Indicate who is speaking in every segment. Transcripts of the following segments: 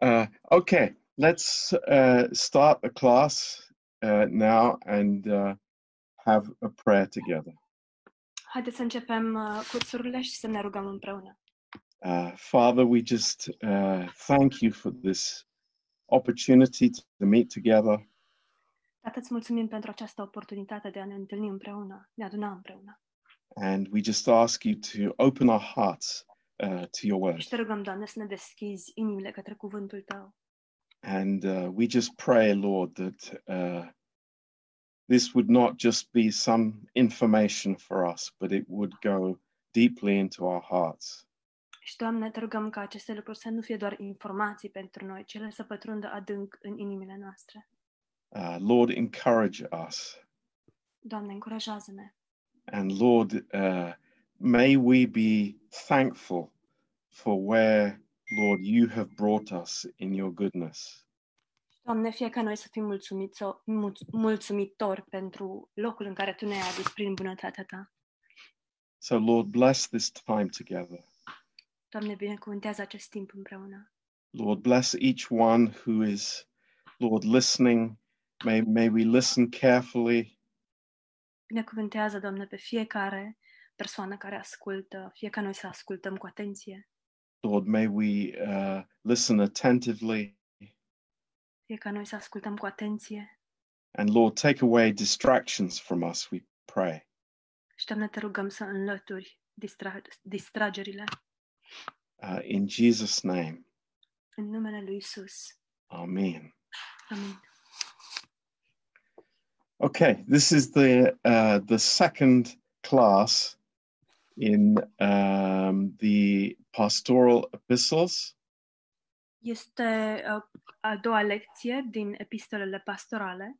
Speaker 1: Uh, okay, let's uh, start the class uh, now and uh, have a prayer together.
Speaker 2: Haideți să începem uh, cursurile și să ne rugăm împreună.
Speaker 1: Uh, Father, we just uh, thank you for this opportunity to meet together.
Speaker 2: Tată, îți mulțumim pentru această oportunitate de a ne întâlni împreună, ne aduna împreună.
Speaker 1: And we just ask you to open our hearts uh, to your word.
Speaker 2: Și te rugăm, Doamne, să ne deschizi inimile către cuvântul Tău.
Speaker 1: And uh, we just pray, Lord, that uh, this would not just be some information for us, but it would go deeply into our hearts.
Speaker 2: Și, Doamne, te rugăm ca aceste lucruri să nu fie doar informații pentru noi, ci ele să pătrundă adânc în inimile noastre.
Speaker 1: Uh, Lord, encourage us.
Speaker 2: Doamne, încurajează-ne
Speaker 1: And Lord, uh, may we be thankful for where, Lord, you have brought us in your goodness.
Speaker 2: Doamne, fie ca noi să fim mulțumiți, mulț- mulțumitori pentru locul în care Tu ne-ai adus prin bunătatea Ta.
Speaker 1: So, Lord, bless this time together.
Speaker 2: Doamne, binecuvântează acest timp împreună.
Speaker 1: Lord, bless each one who is, Lord, listening. May, may we listen carefully.
Speaker 2: Binecuvântează, Doamne, pe fiecare persoană care ascultă, fie ca noi să ascultăm cu atenție,
Speaker 1: Lord, may we uh, listen attentively.
Speaker 2: fie ca noi să ascultăm cu atenție.
Speaker 1: And Lord, take away distractions from us, we pray.
Speaker 2: Și, Doamne, te rugăm să înlături distra- distragerile
Speaker 1: Uh, in Jesus' name,
Speaker 2: în numele Lui Isus.
Speaker 1: Amen.
Speaker 2: Amin.
Speaker 1: Okay, this is the uh, the second class in um, the pastoral epistles,
Speaker 2: Este uh, a doua lecție din epistolele pastorale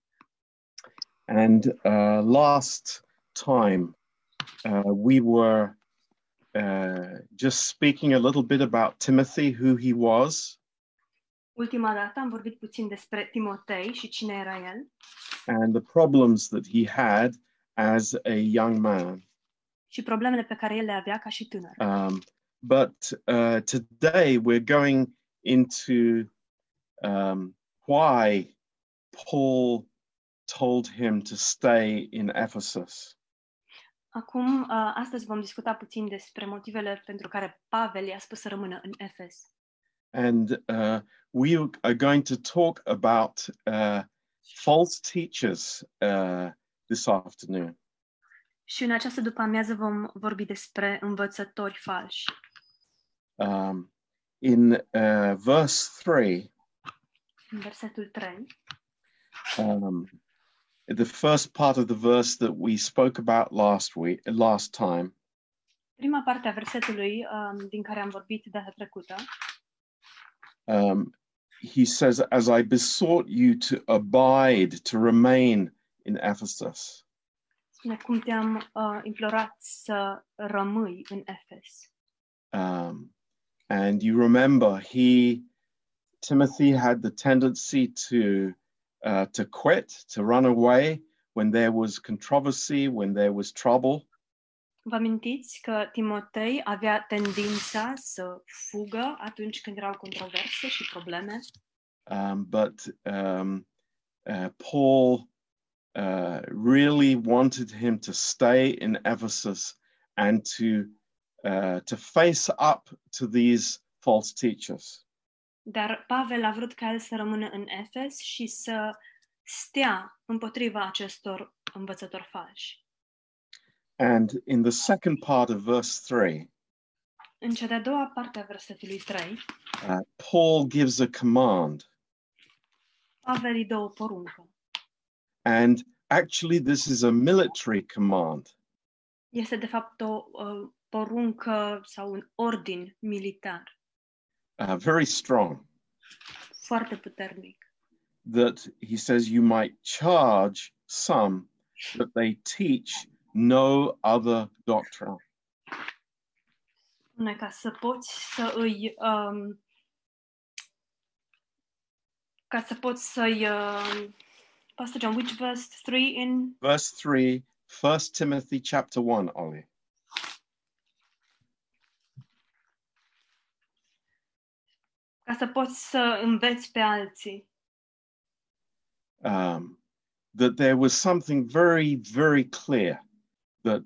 Speaker 1: and uh, last time uh, we were uh, just speaking a little bit about Timothy, who he was,
Speaker 2: Ultima dată am vorbit puțin despre Timotei și cine era el
Speaker 1: and the problems that he had as a young man.
Speaker 2: și problemele pe care el le avea ca și tânăr.
Speaker 1: Um, but uh, today we're going into um, why Paul told him to stay in Ephesus.
Speaker 2: Acum, uh, astăzi vom discuta puțin despre motivele pentru care Pavel i-a spus să rămână în Efes.
Speaker 1: And uh, we are going to talk about uh, false teachers uh, this afternoon.
Speaker 2: Și în această după-amiază vom vorbi despre învățători falși.
Speaker 1: Um, in uh, verse 3,
Speaker 2: În versetul 3,
Speaker 1: um, the first part of the verse that we spoke about last week, last time,
Speaker 2: prima parte a versetului um, din care am vorbit data trecută,
Speaker 1: um, he says, As I besought you to abide, to remain in Ephesus.
Speaker 2: spune cum te-am uh, implorat să rămâi în Efes.
Speaker 1: Um, and you remember, he, Timothy, had the tendency to, uh, to quit, to run away when there was controversy, when there was trouble.
Speaker 2: Vă amintiți că Timotei avea tendința să fugă atunci când erau controverse și probleme,
Speaker 1: Um, but um, uh, Paul uh, really wanted him to stay in Ephesus and to uh, to face up to these false teachers.
Speaker 2: dar Pavel a vrut ca el să rămână în Efes și să stea împotriva acestor învățători falși.
Speaker 1: And in the second part of verse three,
Speaker 2: În cea de-a doua parte a versetului 3,
Speaker 1: uh, Paul gives a command,
Speaker 2: Pavel îi dă o poruncă.
Speaker 1: and actually this is a military command.
Speaker 2: Este de fapt o uh, poruncă sau un ordin militar
Speaker 1: Uh, very strong
Speaker 2: foarte puternic,
Speaker 1: that he says you might charge some that they teach no other doctrine.
Speaker 2: spune ca să poți să îi um, ca să poți să-i um, Pastor John, which verse 3 in
Speaker 1: Verse 3, 1 Timothy chapter 1, Ollie.
Speaker 2: Ca ca să poți să înveți pe alții.
Speaker 1: um, that there was something very, very clear that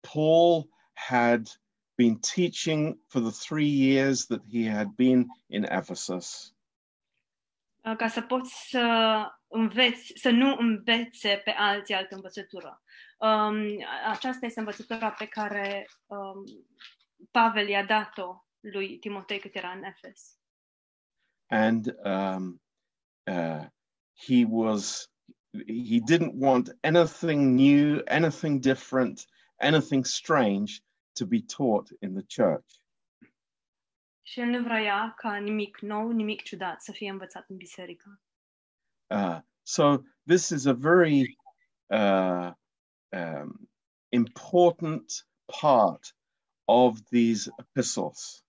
Speaker 1: Paul had been teaching for the three years that he had been in Ephesus,
Speaker 2: Uh, ca să poți să înveți, să nu învețe pe alții altă învățătură. Um, a- aceasta este învățătura pe care um, Pavel i-a dat-o lui Timotei cât era în Efes.
Speaker 1: and um, uh, he was he didn't want anything new, anything different, anything strange to be taught in the church.
Speaker 2: Și el nu vrea ca nimic nou, nimic ciudat să fie învățat în biserică.
Speaker 1: Uh, so this is a very uh, um, important part of these epistles.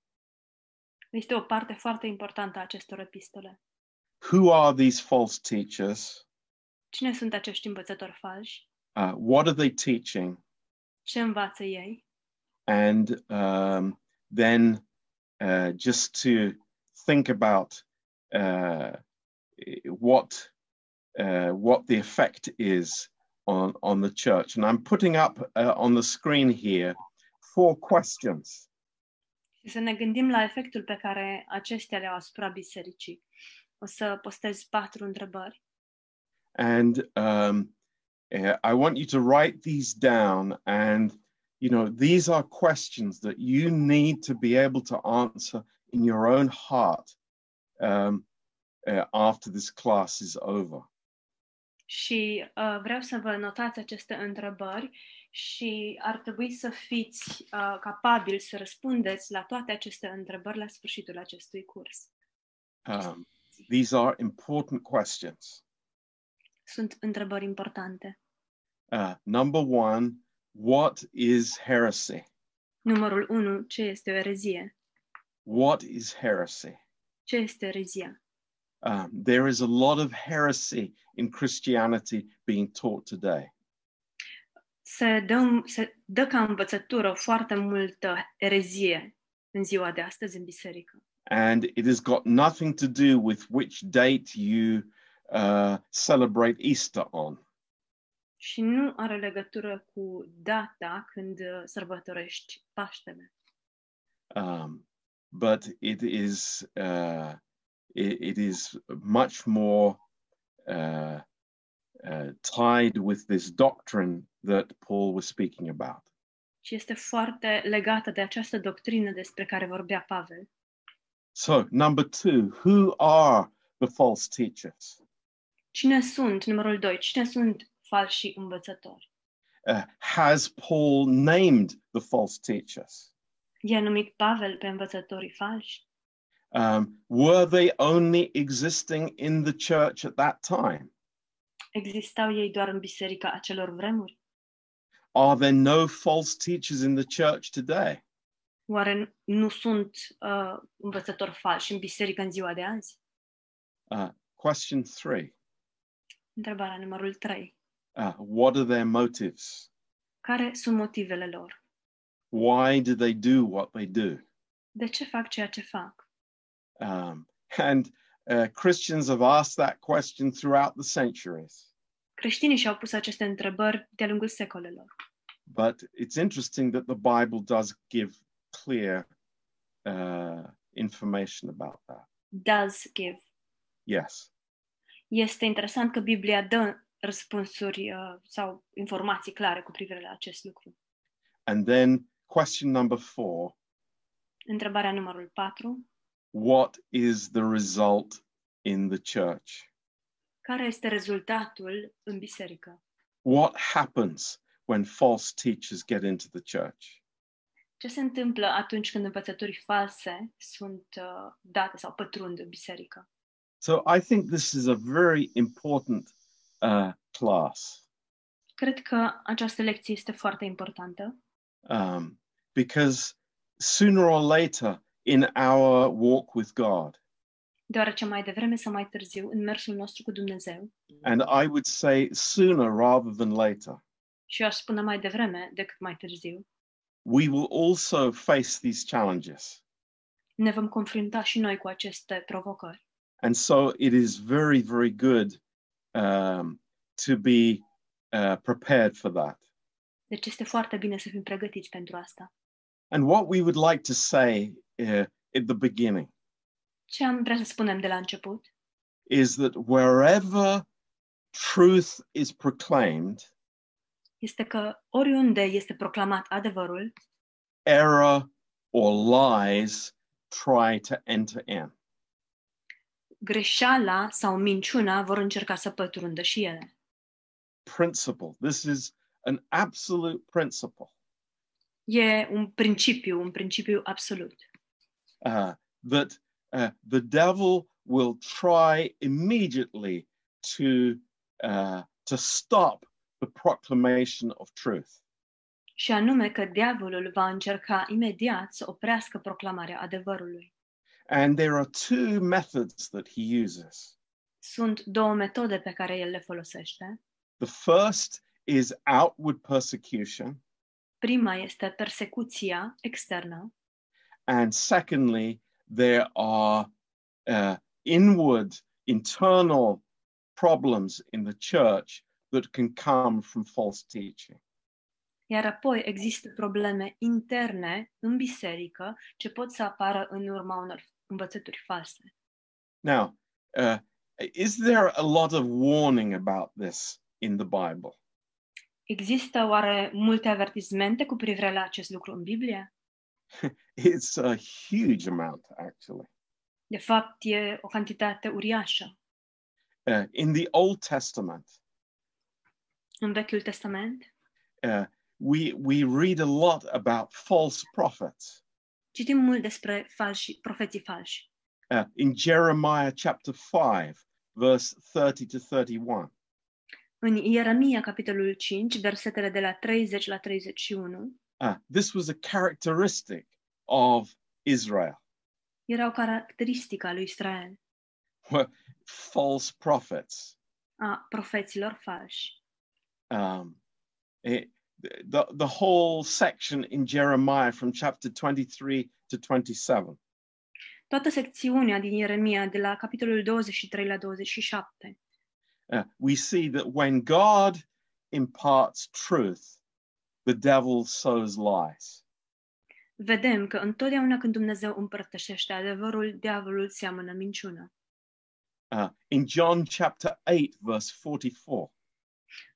Speaker 2: Este o parte foarte importantă a acestor epistole.
Speaker 1: Who are these false teachers?
Speaker 2: Cine sunt acești învățători falși?
Speaker 1: Uh, what are they teaching?
Speaker 2: Ce învață ei?
Speaker 1: And um, then uh, just to think about uh, what uh, what the effect is on on the church. And I'm putting up uh, on the screen here four questions.
Speaker 2: Și să ne gândim la efectul pe care acestea le-au asupra bisericii. O să postez patru întrebări.
Speaker 1: and um, uh, I want you to write these down. And you know, these are questions that you need to be able to answer in your own heart um, uh, after this class is over.
Speaker 2: Și uh, vreau să vă notați aceste întrebări și ar trebui să fiți uh, capabili să răspundeți la toate aceste întrebări la sfârșitul acestui curs.
Speaker 1: Um, these are important questions.
Speaker 2: Sunt întrebări importante.
Speaker 1: Uh, number one, what is heresy?
Speaker 2: Numărul 1. Ce este o erezie?
Speaker 1: What is heresy?
Speaker 2: Ce este erezia?
Speaker 1: Um, there is a lot of heresy in Christianity being taught today.
Speaker 2: Se dă, se dă ca învățătură foarte multă erezie în ziua de astăzi în biserică.
Speaker 1: and it has got nothing to do with which date you uh, celebrate Easter on.
Speaker 2: Și nu are legătură cu data când uh, sărbătorești Paștele.
Speaker 1: Um, but it is uh, it, it is much more uh, uh, tied with this doctrine that Paul was speaking about.
Speaker 2: și este foarte legată de această doctrină despre care vorbea Pavel.
Speaker 1: So number two, who are the false teachers?
Speaker 2: Cine sunt, numărul 2, cine sunt falși învățători?
Speaker 1: Uh, has Paul named the false teachers?
Speaker 2: E numit Pavel pe învățătorii falși?
Speaker 1: Um, were they only existing in the church at that time?
Speaker 2: Existau ei doar în biserica acelor vremuri?
Speaker 1: Are there no false teachers in the church today?
Speaker 2: Oare nu sunt uh, învățători falși în biserică în ziua de azi?
Speaker 1: Uh, question three
Speaker 2: Întrebarea numărul 3.
Speaker 1: uh, What are their motives?
Speaker 2: Care sunt motivele lor?
Speaker 1: Why do they do what they do?
Speaker 2: De ce fac ceea ce fac?
Speaker 1: Um, and uh, Christians have asked that question throughout the centuries.
Speaker 2: Creștinii și-au pus aceste întrebări de-a lungul secolelor.
Speaker 1: But it's interesting that the Bible does give clear uh, information about that.
Speaker 2: Does give
Speaker 1: Yes.
Speaker 2: Este interesant că Biblia dă răspunsuri uh, sau informații clare cu privire la acest lucru.
Speaker 1: And then question number four
Speaker 2: Întrebarea numărul 4.
Speaker 1: What is the result in the church?
Speaker 2: Care este rezultatul în biserică?
Speaker 1: what happens when false teachers get into the church?
Speaker 2: Ce se întâmplă atunci când învățături false sunt uh, date sau pătrund în biserică?
Speaker 1: So I think this is a very important uh, class
Speaker 2: Cred că această lecție este foarte importantă,
Speaker 1: um, because sooner or later in our walk with God,
Speaker 2: deoarece mai devreme sau mai târziu, în mersul nostru cu Dumnezeu,
Speaker 1: and I would say sooner rather than later,
Speaker 2: și eu aș spune mai devreme decât mai târziu,
Speaker 1: we will also face these challenges.
Speaker 2: ne vom confrunta și noi cu aceste provocări.
Speaker 1: And so it is very, very good um, to be uh, prepared for that.
Speaker 2: Deci este foarte bine să fim pregătiți pentru asta.
Speaker 1: And what we would like to say uh, at the beginning
Speaker 2: Ce am vrea să spunem de la început
Speaker 1: is that wherever truth is proclaimed,
Speaker 2: este că oriunde este proclamat adevărul,
Speaker 1: error or lies try to enter in.
Speaker 2: greșeala sau minciuna vor încerca să pătrundă și ele.
Speaker 1: Principle. This is an absolute principle.
Speaker 2: E un principiu, un principiu absolut.
Speaker 1: uh, that uh, the devil will try immediately to uh, to stop the proclamation of truth.
Speaker 2: Și anume că diavolul va încerca imediat să oprească proclamarea adevărului.
Speaker 1: And there are two methods that he uses.
Speaker 2: Sunt două metode pe care el le folosește.
Speaker 1: The first is outward persecution,
Speaker 2: Prima este persecuția externă
Speaker 1: and secondly, there are uh, inward, internal problems in the church that can come from false teaching.
Speaker 2: Iar apoi există probleme interne în biserică ce pot să apară în urma unor învățături false.
Speaker 1: Now, uh, is there a lot of warning about this in the Bible?
Speaker 2: Există oare multe avertismente cu privire la acest lucru în Biblie?
Speaker 1: It's a huge amount, actually.
Speaker 2: De fapt, e o cantitate uriașă.
Speaker 1: Uh, in the Old Testament,
Speaker 2: În Vechiul Testament
Speaker 1: uh, we we read a lot about false prophets.
Speaker 2: citim mult despre falși, profeții falși.
Speaker 1: Uh, in Jeremiah chapter five, verse thirty to thirty-one,
Speaker 2: În Ieremia, capitolul 5, versetele de la 30 la 31,
Speaker 1: uh, this was a characteristic of Israel:
Speaker 2: erau caracteristica lui Israel,
Speaker 1: were false prophets.
Speaker 2: a profeților falși.
Speaker 1: um, it, the, the whole section in Jeremiah from chapter 23 to 27
Speaker 2: Toată secțiunea din Ieremia, de la capitolul 23 la 27,
Speaker 1: uh, we see that when God imparts truth, the devil sows lies.
Speaker 2: vedem că întotdeauna când Dumnezeu împărtășește adevărul, diavolul seamănă minciună.
Speaker 1: Uh, in John chapter 8, verse 44,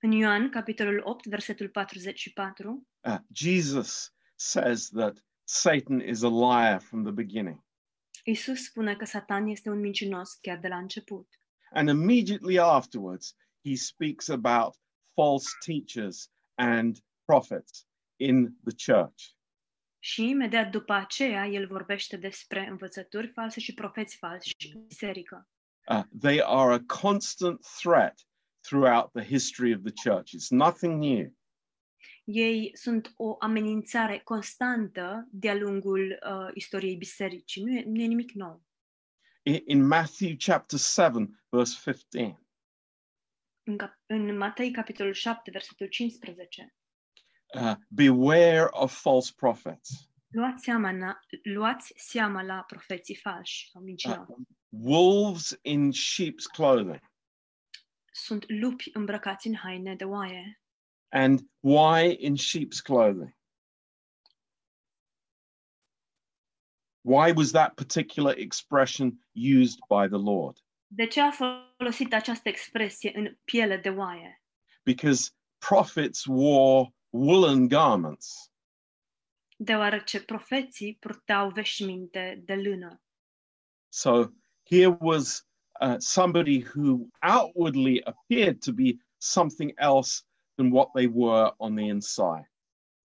Speaker 2: În Ioan, capitolul 8, versetul 44,
Speaker 1: uh, Jesus says that Satan is a liar from the beginning.
Speaker 2: Iisus spune că Satan este un mincinos chiar de la început.
Speaker 1: And immediately afterwards, he speaks about false teachers and prophets in the church.
Speaker 2: Și imediat după aceea, el vorbește despre învățături false și profeți falsi în biserică.
Speaker 1: Uh, they are a constant threat throughout the history of the church. It's nothing new.
Speaker 2: Ei sunt o amenințare constantă de-a lungul uh, istoriei bisericii. Nu e, nu e nimic nou.
Speaker 1: I- In Matthew chapter 7, verse 15,
Speaker 2: În, cap- în Matei, capitolul 7, versetul 15,
Speaker 1: uh, beware of false prophets.
Speaker 2: luați seama, na, luați seama la profeții falși sau
Speaker 1: Uh,
Speaker 2: mincinoși.
Speaker 1: wolves in sheep's clothing.
Speaker 2: Sunt lupi îmbrăcați în haine de oaie.
Speaker 1: And why in sheep's clothing? Why was that particular expression used by the Lord?
Speaker 2: De ce a folosit această expresie în piele de oaie?
Speaker 1: Because prophets wore woolen garments.
Speaker 2: Deoarece profeții purtau veșminte de lână.
Speaker 1: So here was uh, somebody who outwardly appeared to be something else than what they were on the inside.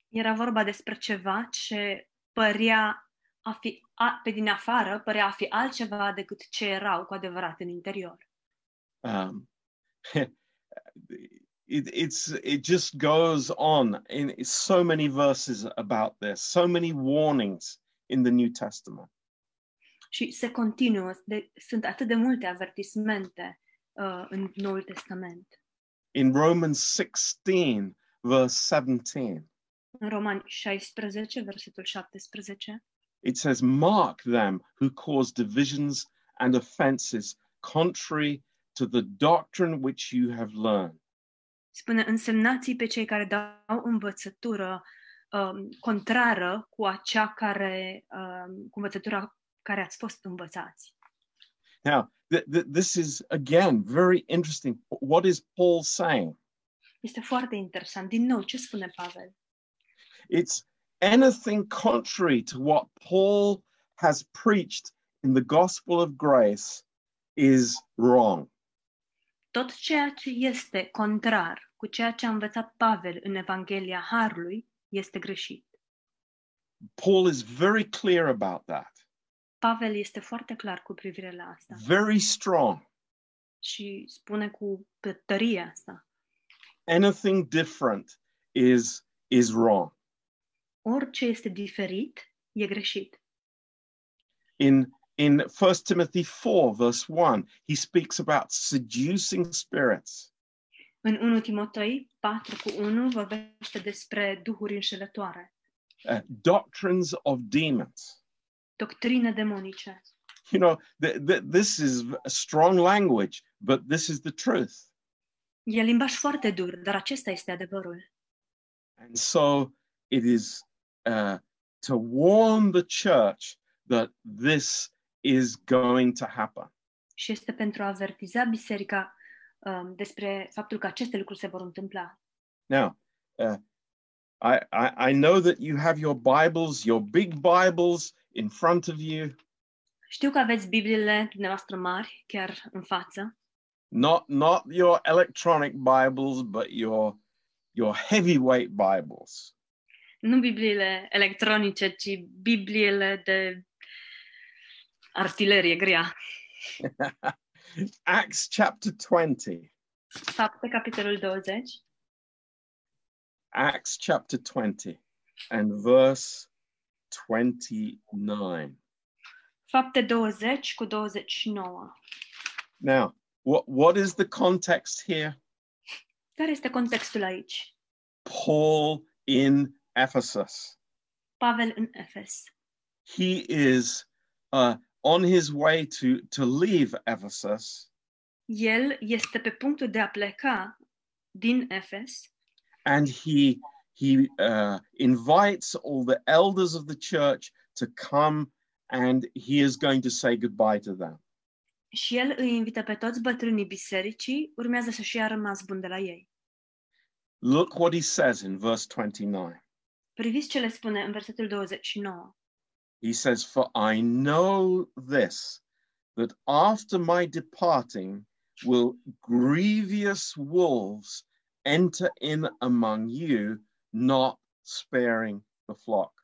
Speaker 2: Era vorba despre ceva ce părea a fi, a, pe din afară, părea a fi altceva decât ce erau cu adevărat în interior.
Speaker 1: Um, it, it's it just goes on in so many verses about this, so many warnings in the New Testament.
Speaker 2: Și se continuă, de, sunt atât de multe avertismente uh, în Noul Testament.
Speaker 1: In Romans 16, verse 17,
Speaker 2: În Romani 16, versetul 17,
Speaker 1: It says, Mark them who cause divisions and offenses contrary to the doctrine which you have learned.
Speaker 2: Spune, însemnați pe cei care dau învățătură um, contrară cu acea care, um, cu învățătura care ați fost învățați.
Speaker 1: Now, th- th- this is again very interesting. What is Paul saying?
Speaker 2: Este foarte interesant. Din nou, ce spune Pavel?
Speaker 1: It's anything contrary to what Paul has preached in the gospel of grace is wrong.
Speaker 2: Tot ceea ce este contrar cu ceea ce a învățat Pavel în Evanghelia Harului este greșit.
Speaker 1: Paul is very clear about that,
Speaker 2: Pavel este foarte clar cu privire la asta
Speaker 1: very strong.
Speaker 2: și spune cu tărie asta.
Speaker 1: Anything different is is wrong.
Speaker 2: Orice este diferit e greșit.
Speaker 1: In in 1 Timothy 4 verse 1, he speaks about seducing spirits.
Speaker 2: În 1 Timotei 4 cu 1 vorbește despre duhuri înșelătoare,
Speaker 1: uh, doctrines of demons.
Speaker 2: doctrine demonice.
Speaker 1: You know, th- th- this is v- strong language, but this is the truth.
Speaker 2: E limbaj foarte dur, dar acesta este adevărul.
Speaker 1: And so it is uh, to warn the church that this is going to happen.
Speaker 2: Și este pentru a avertiza biserica um, despre faptul că aceste lucruri se vor întâmpla.
Speaker 1: Now, uh, I-, I I know that you have your Bibles, your big Bibles, in front of you.
Speaker 2: Știu că aveți Bibliile dumneavoastră mari, chiar în față,
Speaker 1: Not not your electronic Bibles, but your your heavyweight Bibles.
Speaker 2: nu Bibliile electronice, ci Bibliile de artilerie grea.
Speaker 1: Acts chapter 20.
Speaker 2: Fapte, capitolul 20,
Speaker 1: Acts chapter 20 and verse 29.
Speaker 2: Fapte 20 cu 29.
Speaker 1: Now, what, what is the context here?
Speaker 2: Care este contextul aici?
Speaker 1: Paul in Ephesus.
Speaker 2: Pavel în Efes.
Speaker 1: He is uh, on his way to, to leave Ephesus,
Speaker 2: El este pe punctul de a pleca din Efes
Speaker 1: and he, he uh, invites all the elders of the church to come, and he is going to say goodbye to them.
Speaker 2: și el îi invită pe toți bătrânii bisericii, urmează să-și ia rămas bun de la ei.
Speaker 1: Look what he says in verse 29.
Speaker 2: Priviți ce le spune în versetul 29.
Speaker 1: He says, For I know this, that after my departing will grievous wolves enter in among you, not sparing the flock.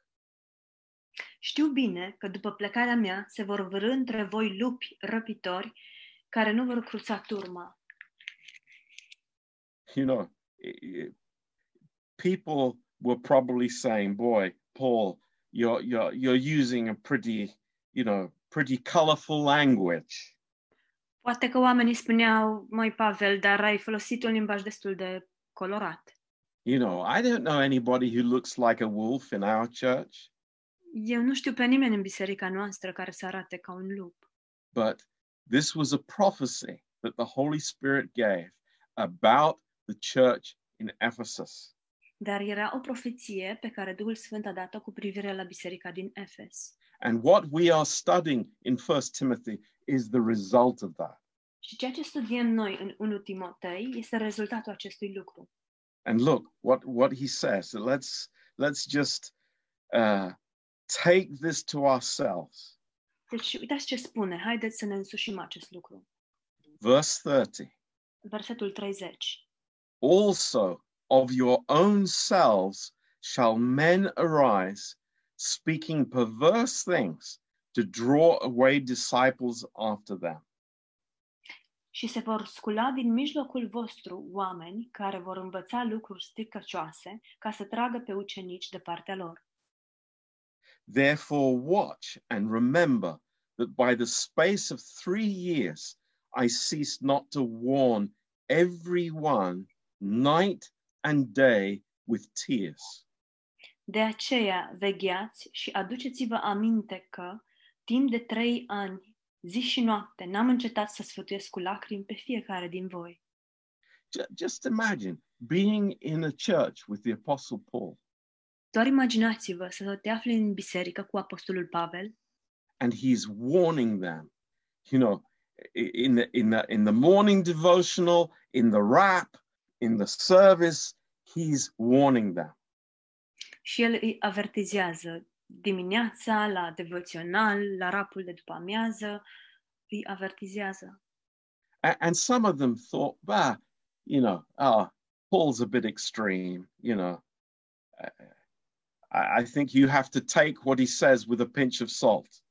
Speaker 2: Știu bine că după plecarea mea se vor vârâ între voi lupi răpitori care nu vor cruța turma.
Speaker 1: You know, i- i- people were probably saying, Boy, Paul, you're, you're, you're using a pretty, you know, pretty colorful language.
Speaker 2: Poate că oamenii spuneau, mai Pavel, dar ai folosit un limbaj destul de colorat.
Speaker 1: You know, I don't know anybody who looks like a wolf in our church.
Speaker 2: Eu nu știu pe nimeni în biserica noastră care să arate ca un lup,
Speaker 1: but this was a prophecy that the Holy Spirit gave about the church in Ephesus.
Speaker 2: dar era o profeție pe care Duhul Sfânt a dat-o cu privire la biserica din Efes.
Speaker 1: And what we are studying in First Timothy is the result of that.
Speaker 2: Și ceea ce studiem noi în 1 Timotei este rezultatul acestui lucru.
Speaker 1: And look what, what he says. So let's, let's just uh, take this to ourselves.
Speaker 2: Deci uitați ce spune, haideți să ne însușim acest lucru.
Speaker 1: Verse 30
Speaker 2: Versetul 30.
Speaker 1: Also of your own selves shall men arise, speaking perverse things to draw away disciples after them.
Speaker 2: Și se vor scula din mijlocul vostru oameni care vor învăța lucruri stricăcioase ca să tragă pe ucenici de partea lor.
Speaker 1: Therefore, watch and remember that by the space of three years I ceased not to warn everyone night and day with tears.
Speaker 2: De aceea vegheați și aduceți-vă aminte că, timp de trei ani, zi și noapte, n-am încetat să sfătuiesc cu lacrimi pe fiecare din voi.
Speaker 1: Ju- Just imagine being in a church with the Apostle Paul,
Speaker 2: Doar imaginați-vă să te afli în biserică cu Apostolul Pavel
Speaker 1: and he's warning them, you know, i- in the in the in the morning devotional, in the rap, in the service, he's warning them.
Speaker 2: și el îi avertizează dimineața, la devoțional, la rapul de după amiază, îi avertizează.
Speaker 1: A- and some of them thought, bah, you know, ah, Paul's a bit extreme, you know. Uh, I, I think you have to take what he says with a pinch of salt.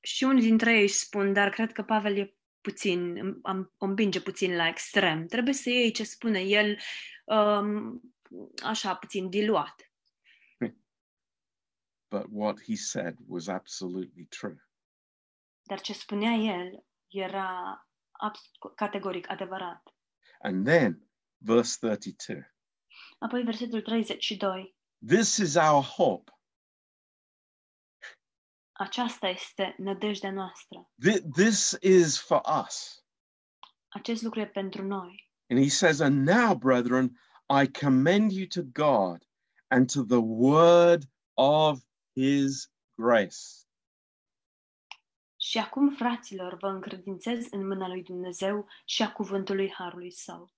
Speaker 2: Și unii dintre ei își spun, dar cred că Pavel e puțin, am, o împinge puțin la extrem. Trebuie să iei ce spune el um, așa, puțin diluat.
Speaker 1: But what he said was absolutely true.
Speaker 2: Dar ce spunea el era abs- categoric adevărat.
Speaker 1: And then, verse 32
Speaker 2: Apoi versetul 32.
Speaker 1: this is our hope.
Speaker 2: Aceasta este nădejdea noastră.
Speaker 1: Th- this is for us.
Speaker 2: Acest lucru e pentru noi.
Speaker 1: And he says, And now, brethren, I commend you to God and to the word of his grace.
Speaker 2: Și acum, fraților, vă încredințez în mâna lui Dumnezeu și a cuvântului Harului Său.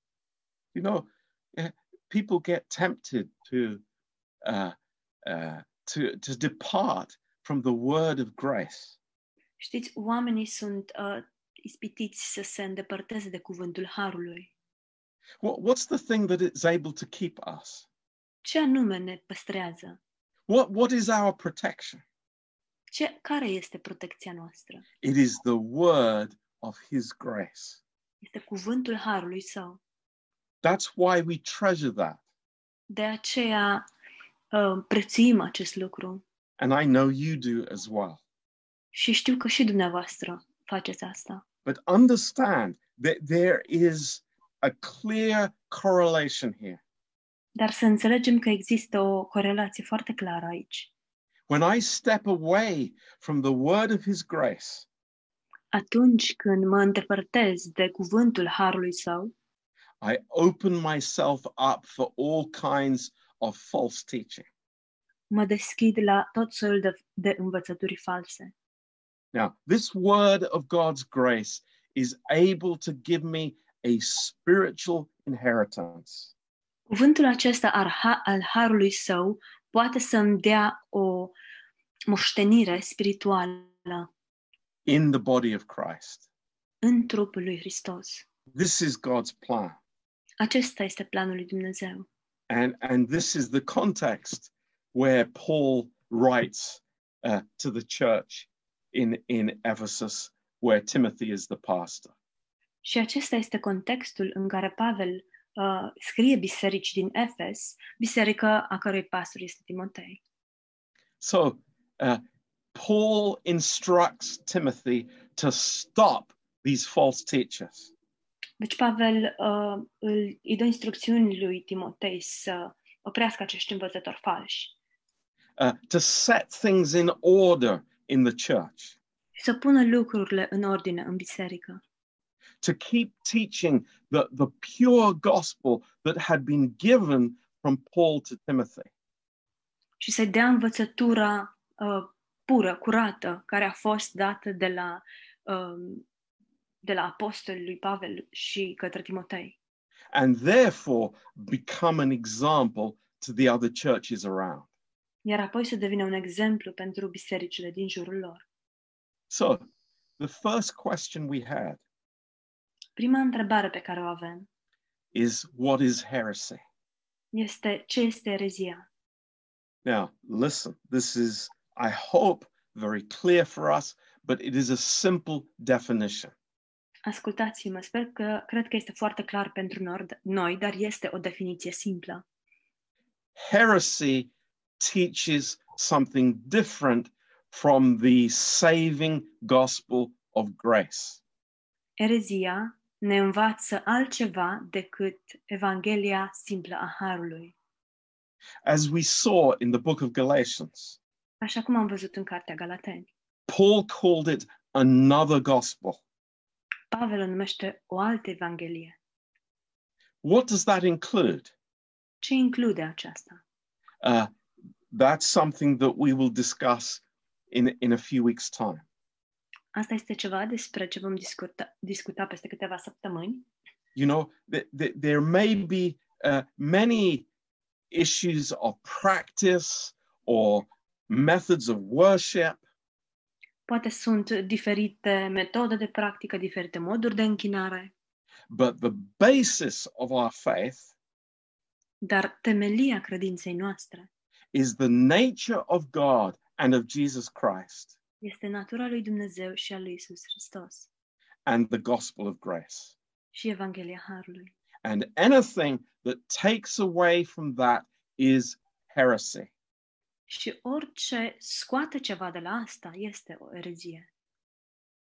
Speaker 1: you know eh, people get tempted to uh, uh, to to depart from the word of grace
Speaker 2: Știți, oamenii sunt uh, ispitiți să se îndepărteze de cuvântul Harului.
Speaker 1: what, what's the thing that is able to keep us
Speaker 2: Ce anume ne păstrează?
Speaker 1: what what is our protection
Speaker 2: Ce, care este protecția noastră?
Speaker 1: it is the word of his grace
Speaker 2: Este cuvântul Harului Său.
Speaker 1: that's why we treasure that
Speaker 2: De aceea uh, prețuim acest lucru
Speaker 1: and i know you do as well
Speaker 2: și știu că și dumneavoastră faceți asta.
Speaker 1: but understand that there is a clear correlation here
Speaker 2: Dar să înțelegem că există o corelație foarte clară aici.
Speaker 1: when i step away from the word of his grace
Speaker 2: Atunci când mă îndepărtez de cuvântul Harului Său,
Speaker 1: I open myself up for all kinds of false teaching.
Speaker 2: mă deschid la tot soiul de, de învățături false.
Speaker 1: Now, this word of God's grace is able to give me a spiritual inheritance.
Speaker 2: Cuvântul acesta al, ha- al harului său poate să-mi dea o moștenire spirituală
Speaker 1: In the body of Christ.
Speaker 2: în trupul lui Hristos.
Speaker 1: This is God's plan.
Speaker 2: Acesta este planul lui Dumnezeu.
Speaker 1: And, and this is the context where Paul writes uh, to the church in, in Ephesus, where Timothy is the pastor.
Speaker 2: Și acesta este contextul în care Pavel uh, scrie biserici din Efes, biserică a cărui pastor este Timotei.
Speaker 1: So uh, Paul instructs Timothy to stop these false teachers.
Speaker 2: Deci Pavel uh, îl, îi dă instrucțiuni lui Timotei să oprească acești învățători falși.
Speaker 1: uh, to set things in order in the church,
Speaker 2: să pună lucrurile în ordine în biserică,
Speaker 1: to keep teaching the, the pure gospel that had been given from Paul to Timothy.
Speaker 2: și să dea învățătura uh, pură, curată, care a fost dată de la, um, de la apostolul lui Pavel și către Timotei
Speaker 1: And therefore become an example to the other churches around.
Speaker 2: iar apoi să devină un exemplu pentru bisericile din jurul lor.
Speaker 1: So, the first question we had
Speaker 2: Prima întrebare pe care o avem
Speaker 1: is what is heresy?
Speaker 2: este ce este erezia?
Speaker 1: Now, listen, this is, I hope, very clear for us, but it is a simple definition.
Speaker 2: Ascultați-mă, sper că cred că este foarte clar pentru nor- noi, dar este o definiție simplă.
Speaker 1: Heresy teaches something different from the saving gospel of grace.
Speaker 2: Erezia ne învață altceva decât Evanghelia simplă a Harului.
Speaker 1: As we saw in the book of Galatians,
Speaker 2: Așa cum am văzut în cartea Galateni.
Speaker 1: Paul called it another gospel.
Speaker 2: Pavel o numește o altă evanghelie.
Speaker 1: What does that include?
Speaker 2: Ce include aceasta?
Speaker 1: Uh, that's something that we will discuss in, in a few weeks' time.
Speaker 2: Asta este ceva despre ce vom discuta, discuta peste câteva săptămâni.
Speaker 1: You know, th- th- there may be uh, many issues of practice or methods of worship.
Speaker 2: Poate sunt diferite metode de practică, diferite moduri de închinare,
Speaker 1: But the basis of our faith
Speaker 2: dar temelia credinței noastre
Speaker 1: is the nature of God and of Jesus Christ
Speaker 2: este natura lui Dumnezeu și a lui Isus Hristos
Speaker 1: and the gospel of grace.
Speaker 2: și Evanghelia Harului.
Speaker 1: And anything that takes away from that is heresy.
Speaker 2: Și orice scoate ceva de la asta este o erezie.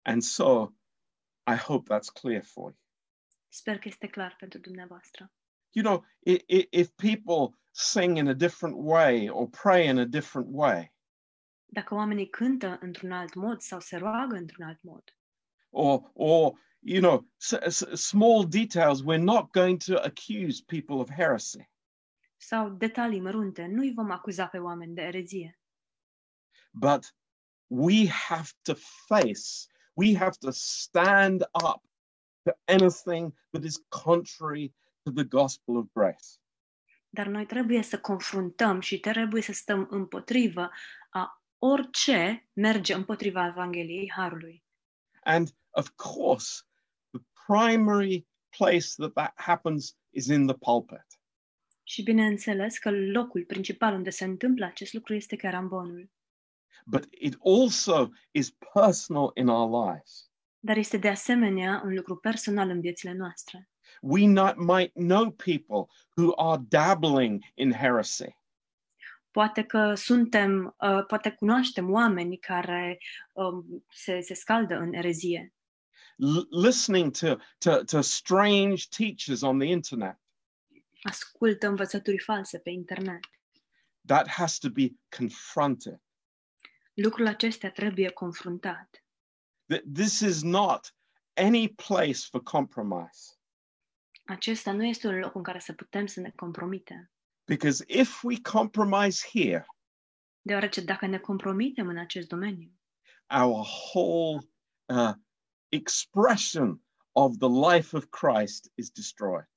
Speaker 1: And so I hope that's clear for you.
Speaker 2: Sper că este clar pentru dumneavoastră.
Speaker 1: You know, i- i- if people sing in a different way or pray in a different way,
Speaker 2: Dacă oamenii cântă într-un alt mod sau se roagă într-un alt mod,
Speaker 1: or or you know s- s- small details we're not going to accuse people of heresy
Speaker 2: sau detalii mărunte, nu-i vom acuza pe oameni de erezie,
Speaker 1: but we have to face we have to stand up to anything that is contrary to the gospel of grace
Speaker 2: dar noi trebuie să confruntăm și trebuie să stăm împotrivă a orice merge împotriva Evangheliei Harului.
Speaker 1: and of course the primary place that that happens is in the pulpit
Speaker 2: Și bineînțeles că locul principal unde se întâmplă acest lucru este carambonul,
Speaker 1: but it also is personal in our lives
Speaker 2: dar este de asemenea un lucru personal în viețile noastre.
Speaker 1: we not, might know people who are dabbling in heresy
Speaker 2: Poate că suntem, uh, poate cunoaștem oameni care um, se, se scaldă în erezie,
Speaker 1: l- listening to, to, to strange teachers on the internet.
Speaker 2: ascultă învățături false pe internet.
Speaker 1: That has to be confronted.
Speaker 2: Lucrul acesta trebuie confruntat.
Speaker 1: That this is not any place for compromise.
Speaker 2: Acesta nu este un loc în care să putem să ne compromitem,
Speaker 1: Because if we compromise here,
Speaker 2: deoarece dacă ne compromitem în acest domeniu,
Speaker 1: our whole uh, expression of the life of Christ is destroyed.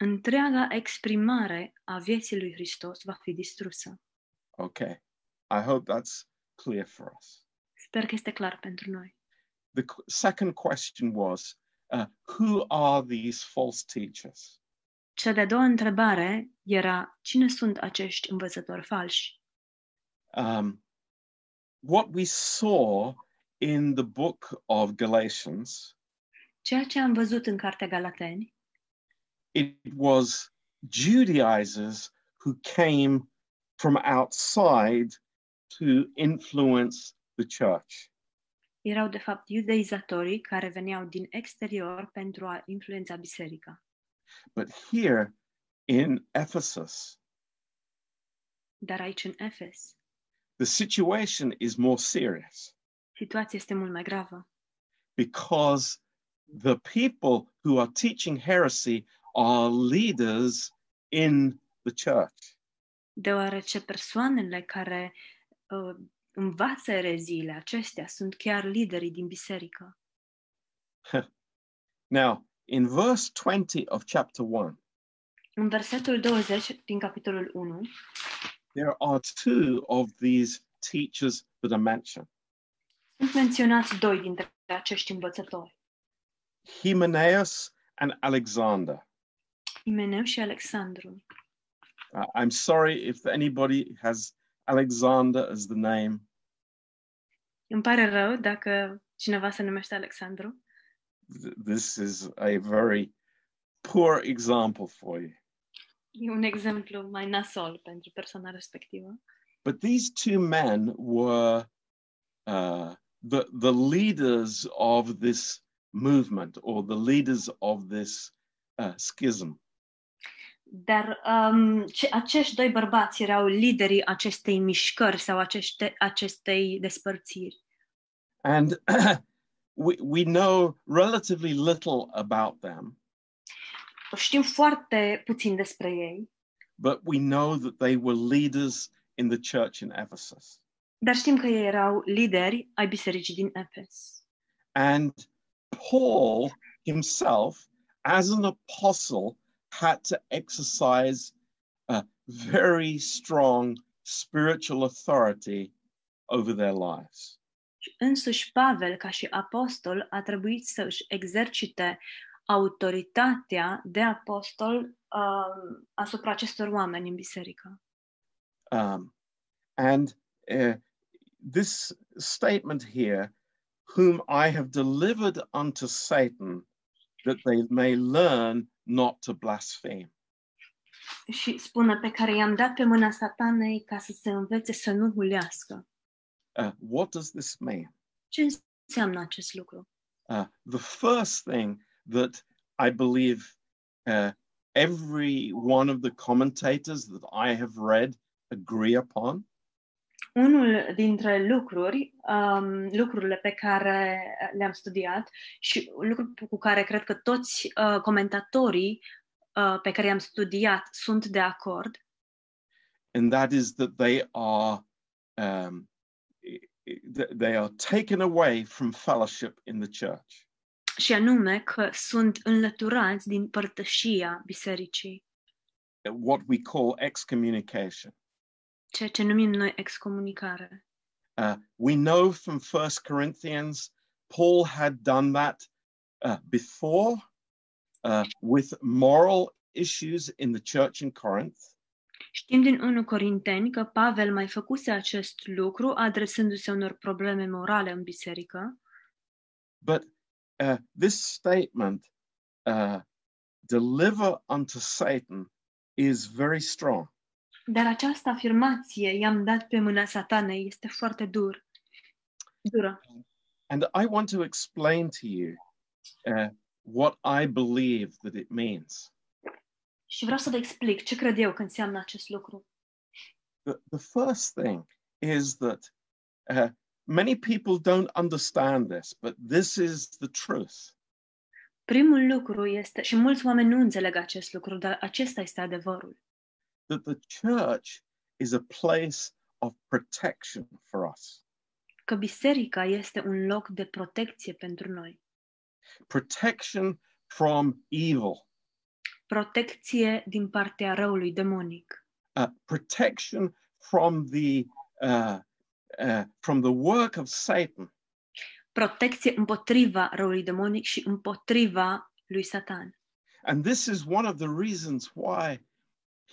Speaker 2: întreaga exprimare a vieții lui Hristos va fi distrusă.
Speaker 1: Okay. I hope that's clear for us.
Speaker 2: Sper că este clar pentru noi.
Speaker 1: The qu- second question was uh, who are these false teachers?
Speaker 2: Cea de-a doua întrebare era, cine sunt acești învățători falși?
Speaker 1: um, what we saw in the book of Galatians,
Speaker 2: Ceea ce am văzut în Cartea Galateni
Speaker 1: it was Judaizers who came from outside to influence the church.
Speaker 2: erau de fapt iudeizatorii care veneau din exterior pentru a influența biserica.
Speaker 1: But here in Ephesus,
Speaker 2: Dar aici în Efes,
Speaker 1: the situation is more serious
Speaker 2: situația este mult mai gravă,
Speaker 1: because the people who are teaching heresy are leaders in the church.
Speaker 2: deoarece persoanele care uh, învață ereziile acestea sunt chiar liderii din biserică.
Speaker 1: Now, in verse 20 of chapter 1,
Speaker 2: În versetul 20 din capitolul 1
Speaker 1: there are two of these teachers that are mentioned
Speaker 2: sunt menționați doi dintre acești învățători,
Speaker 1: Hymenaeus and Alexander.
Speaker 2: Imeneu și Alexandru.
Speaker 1: Uh, I'm sorry if anybody has Alexander as the name.
Speaker 2: Îmi pare rău dacă cineva se numește Alexandru.
Speaker 1: Th- This is a very poor example for you.
Speaker 2: E un exemplu mai nasol pentru persoana respectivă.
Speaker 1: But these two men were uh, the, the leaders of this movement or the leaders of this uh, schism.
Speaker 2: Dar um, ce, acești doi bărbați erau liderii acestei mișcări sau aceste, acestei despărțiri.
Speaker 1: And we, we know relatively little about them,
Speaker 2: Știm foarte puțin despre ei,
Speaker 1: but we know that they were leaders in the church in Ephesus.
Speaker 2: dar știm că ei erau lideri ai bisericii din Efes.
Speaker 1: And Paul himself, as an apostle, had to exercise a very strong spiritual authority over their lives.
Speaker 2: Și Însuși Pavel, ca și apostol, a trebuit să își exercite autoritatea de apostol um, asupra acestor oameni în biserică.
Speaker 1: Um, and uh, this statement here, whom I have delivered unto Satan, that they may learn not to blaspheme.
Speaker 2: Și spune pe care i-am dat pe mâna satanei ca să se învețe să nu hulească.
Speaker 1: Uh, what does this mean?
Speaker 2: Ce înseamnă acest lucru?
Speaker 1: Uh, the first thing that I believe uh, every one of the commentators that I have read agree upon
Speaker 2: Unul dintre lucruri, um, lucrurile pe care le-am studiat și lucruri cu care cred că toți uh, comentatorii uh, pe care i-am studiat sunt de acord,
Speaker 1: and that is that they are um, i- i- th- they are taken away from fellowship in the church.
Speaker 2: și anume că sunt înlăturați din părtășia bisericii,
Speaker 1: uh, What we call excommunication.
Speaker 2: ceea ce numim noi excomunicare.
Speaker 1: Uh, we know from First Corinthians, Paul had done that uh, before uh, with moral issues in the church in Corinth.
Speaker 2: Știm din 1 Corinteni că Pavel mai făcuse acest lucru adresându-se unor probleme morale în biserică,
Speaker 1: But uh, this statement, uh, deliver unto Satan, is very strong.
Speaker 2: Dar această afirmație i-am dat pe mâna satanei este foarte dur. Dură.
Speaker 1: And I want to explain to you uh, what I believe that it means.
Speaker 2: Și vreau să vă explic ce cred eu că înseamnă acest lucru.
Speaker 1: The, the first thing is that uh, many people don't understand this, but this is the truth.
Speaker 2: Primul lucru este, și mulți oameni nu înțeleg acest lucru, dar acesta este adevărul.
Speaker 1: That the church is a place of protection for us.
Speaker 2: Că biserica este un loc de protecție pentru noi.
Speaker 1: Protection from evil.
Speaker 2: Protecție din partea răului demonic.
Speaker 1: uh, protection from the uh, uh, from the work of Satan,
Speaker 2: Protecție împotriva răului demonic și împotriva lui Satan.
Speaker 1: and this is one of the reasons why,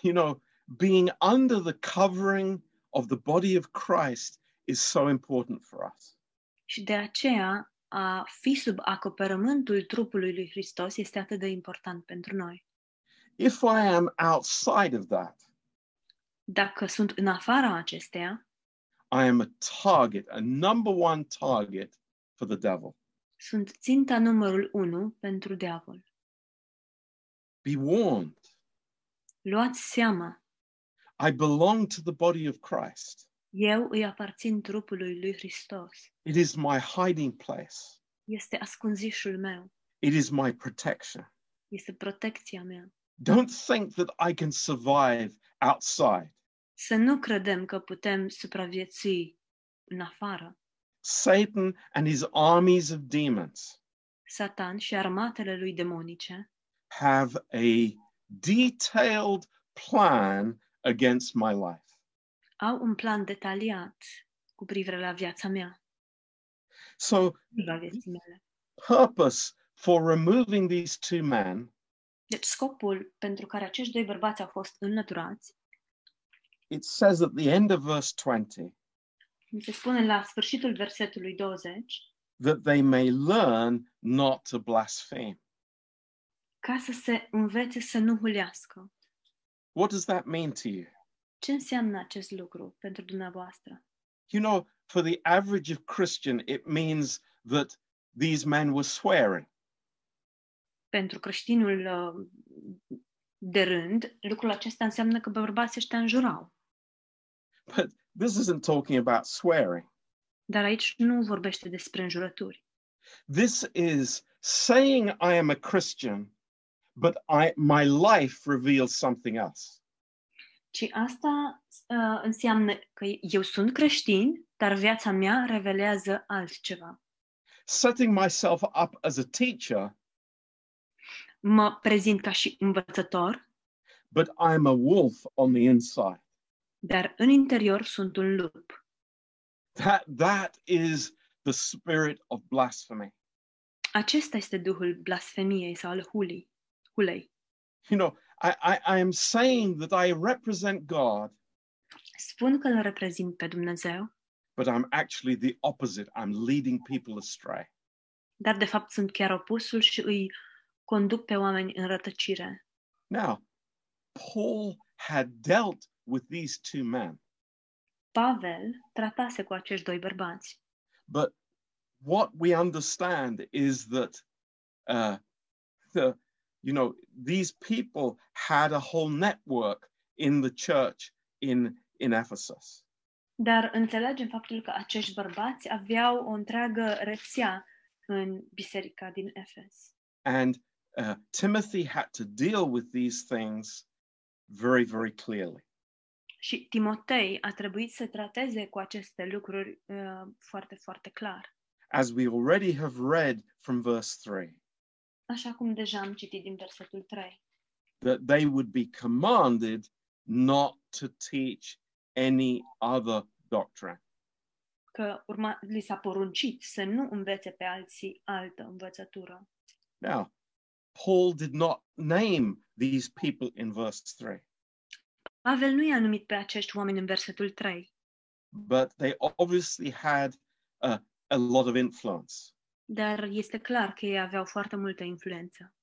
Speaker 1: you know, being under the covering of the body of Christ is so important for us.
Speaker 2: Și de aceea a fi sub acoperământul trupului lui Hristos este atât de important pentru noi.
Speaker 1: If I am outside of that,
Speaker 2: dacă sunt în afara acesteia,
Speaker 1: I am a target, a number one target for the devil.
Speaker 2: sunt ținta numărul 1 pentru diavol.
Speaker 1: Be warned,
Speaker 2: Luați seama,
Speaker 1: I belong to the body of Christ.
Speaker 2: eu îi aparțin trupului lui Hristos.
Speaker 1: It is my hiding place.
Speaker 2: Este ascunzișul meu,
Speaker 1: It is my protection.
Speaker 2: este protecția mea.
Speaker 1: don't think that I can survive outside.
Speaker 2: Să nu credem că putem supraviețui în afară.
Speaker 1: Satan and his armies of demons
Speaker 2: Satan și armatele lui demonice
Speaker 1: have a detailed plan against my life.
Speaker 2: au un plan detaliat cu privire la viața mea,
Speaker 1: So,
Speaker 2: la vieții mele.
Speaker 1: purpose for removing these two men,
Speaker 2: Deci scopul pentru care acești doi bărbați au fost înlăturați,
Speaker 1: it says at the end of verse 20
Speaker 2: mi se spune la sfârșitul versetului 20,
Speaker 1: that they may learn not to blaspheme.
Speaker 2: ca să se învețe să nu hulească.
Speaker 1: What does that mean to you?
Speaker 2: Ce înseamnă acest lucru pentru dumneavoastră?
Speaker 1: You know, for the average of Christian, it means that these men were swearing.
Speaker 2: Pentru creștinul uh, de rând, lucrul acesta înseamnă că bărbații ăștia înjurau.
Speaker 1: But this isn't talking about swearing.
Speaker 2: Dar aici nu vorbește despre înjurături.
Speaker 1: This is saying I am a Christian, but I my life reveals something else.
Speaker 2: Ci asta uh, înseamnă că eu sunt creștin, dar viața mea revelează altceva.
Speaker 1: Setting myself up as a teacher,
Speaker 2: Mă prezint ca și învățător,
Speaker 1: but I am a wolf on the inside.
Speaker 2: dar în interior sunt un lup.
Speaker 1: That that is the spirit of blasphemy.
Speaker 2: Acesta este duhul blasfemiei sau al hulii, hulei.
Speaker 1: You know, I, I, I am saying that I represent God,
Speaker 2: Spun că îl reprezint pe Dumnezeu,
Speaker 1: but I'm actually the opposite. I'm leading people astray.
Speaker 2: dar de fapt sunt chiar opusul și îi conduc pe oameni în rătăcire.
Speaker 1: Now, Paul had dealt with these two men,
Speaker 2: Pavel tratase cu acești doi bărbați,
Speaker 1: but what we understand is that, uh, the, you know, these people had a whole network in the church in in Ephesus.
Speaker 2: dar înțelegem faptul că acești bărbați aveau o întreagă rețea în biserica din Efes.
Speaker 1: And uh, Timothy had to deal with these things very, very clearly.
Speaker 2: Și Timotei a trebuit să trateze cu aceste lucruri uh, foarte, foarte clar.
Speaker 1: as we already have read from verse 3,
Speaker 2: Așa cum deja am citit din versetul 3,
Speaker 1: that they would be commanded not to teach any other doctrine.
Speaker 2: că urma, li s-a poruncit să nu învețe pe alții altă învățătură.
Speaker 1: Now, Paul did not name these people in verse 3,
Speaker 2: Pavel nu i-a numit pe acești oameni în versetul 3,
Speaker 1: but they obviously had a, a lot of influence.
Speaker 2: dar este clar că ei aveau foarte multă influență.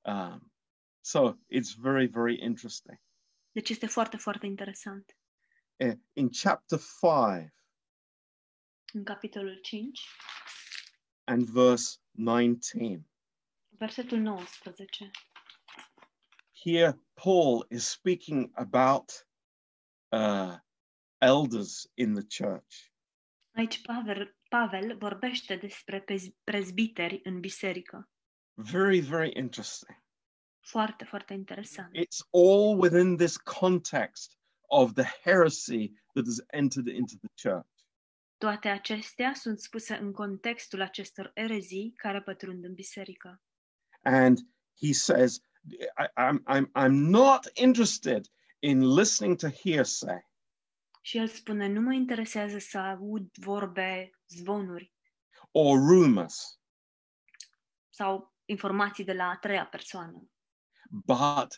Speaker 1: Um, so it's very, very interesting.
Speaker 2: Deci este foarte, foarte interesant.
Speaker 1: Eh, In chapter 5
Speaker 2: În capitolul 5,
Speaker 1: and verse 19,
Speaker 2: versetul 19.
Speaker 1: here Paul is speaking about uh, elders in the church.
Speaker 2: Aici Pavel, Pavel vorbește despre pez- prezbiteri în biserică.
Speaker 1: Very, very interesting.
Speaker 2: Foarte, foarte interesant.
Speaker 1: It's all within this context of the heresy that has entered into the church.
Speaker 2: Toate acestea sunt spuse în contextul acestor erezii care pătrund în biserică.
Speaker 1: And he says, I, I'm, I'm, I'm not interested in listening to hearsay,
Speaker 2: Și el spune, nu mă interesează să aud vorbe, zvonuri
Speaker 1: or rumors,
Speaker 2: sau informații de la a treia persoană.
Speaker 1: but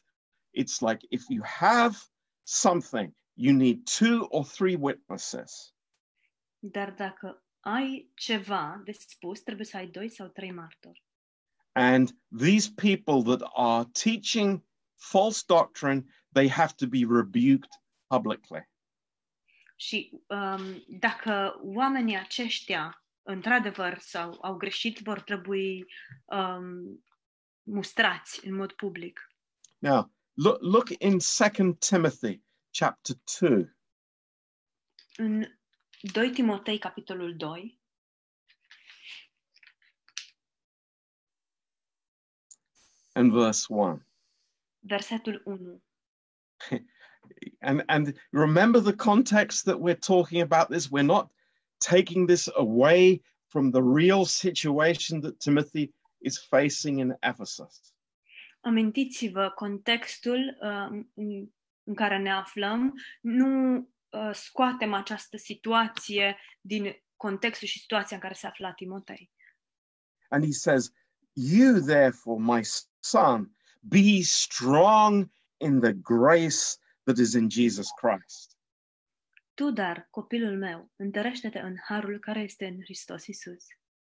Speaker 1: it's like if you have something, you need two or three witnesses.
Speaker 2: Dar dacă ai ceva de spus, trebuie să ai doi sau trei martori.
Speaker 1: And these people that are teaching false doctrine, they have to be rebuked publicly.
Speaker 2: Și um, dacă oamenii aceștia, într-adevăr, sau au greșit, vor trebui um, mustrați în mod public.
Speaker 1: Now, look, look in 2 Timothy chapter 2
Speaker 2: În 2 Timotei, capitolul 2,
Speaker 1: and verse 1.
Speaker 2: versetul 1.
Speaker 1: And, and remember the context that we're talking about this. We're not taking this away from the real situation that Timothy is facing in Ephesus.
Speaker 2: Amintiți-vă contextul uh, în- în care ne aflăm. Nu uh, scoatem această situație din contextul și situația în care se afla Timotei.
Speaker 1: And he says, You therefore, my son, be strong in the grace that is in Jesus Christ.
Speaker 2: Tu, dar, copilul meu, întărește-te în harul care este în Hristos Isus.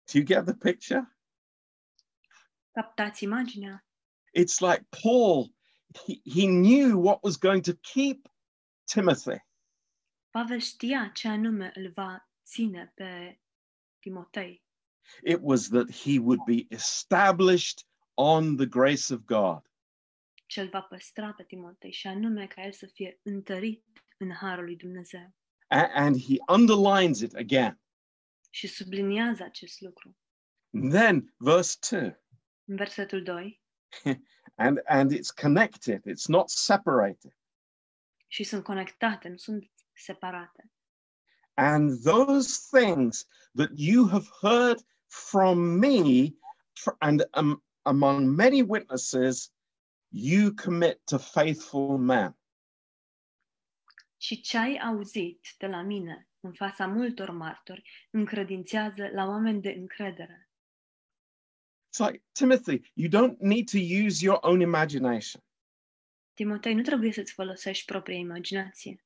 Speaker 1: Do you get the picture?
Speaker 2: Captați imaginea.
Speaker 1: It's like Paul, he, he knew what was going to keep Timothy
Speaker 2: Pavel știa ce anume îl va ține pe Timotei.
Speaker 1: it was that he would be established on the grace of God.
Speaker 2: și îl va păstra pe Timotei și anume ca el să fie întărit în harul lui Dumnezeu
Speaker 1: A- and he underlines it again.
Speaker 2: și subliniază acest lucru.
Speaker 1: Then verse 2
Speaker 2: În versetul 2,
Speaker 1: and and it's connected, it's not separated.
Speaker 2: și sunt conectate, nu sunt separate.
Speaker 1: And those things that you have heard from me tr- and um, among many witnesses, you commit to faithful men.
Speaker 2: Și ce ai auzit de la mine în fața multor martori încredințează la oameni de încredere.
Speaker 1: It's like, Timothy, you don't need to use your own imagination.
Speaker 2: Timotei, nu trebuie să-ți folosești propria imaginație.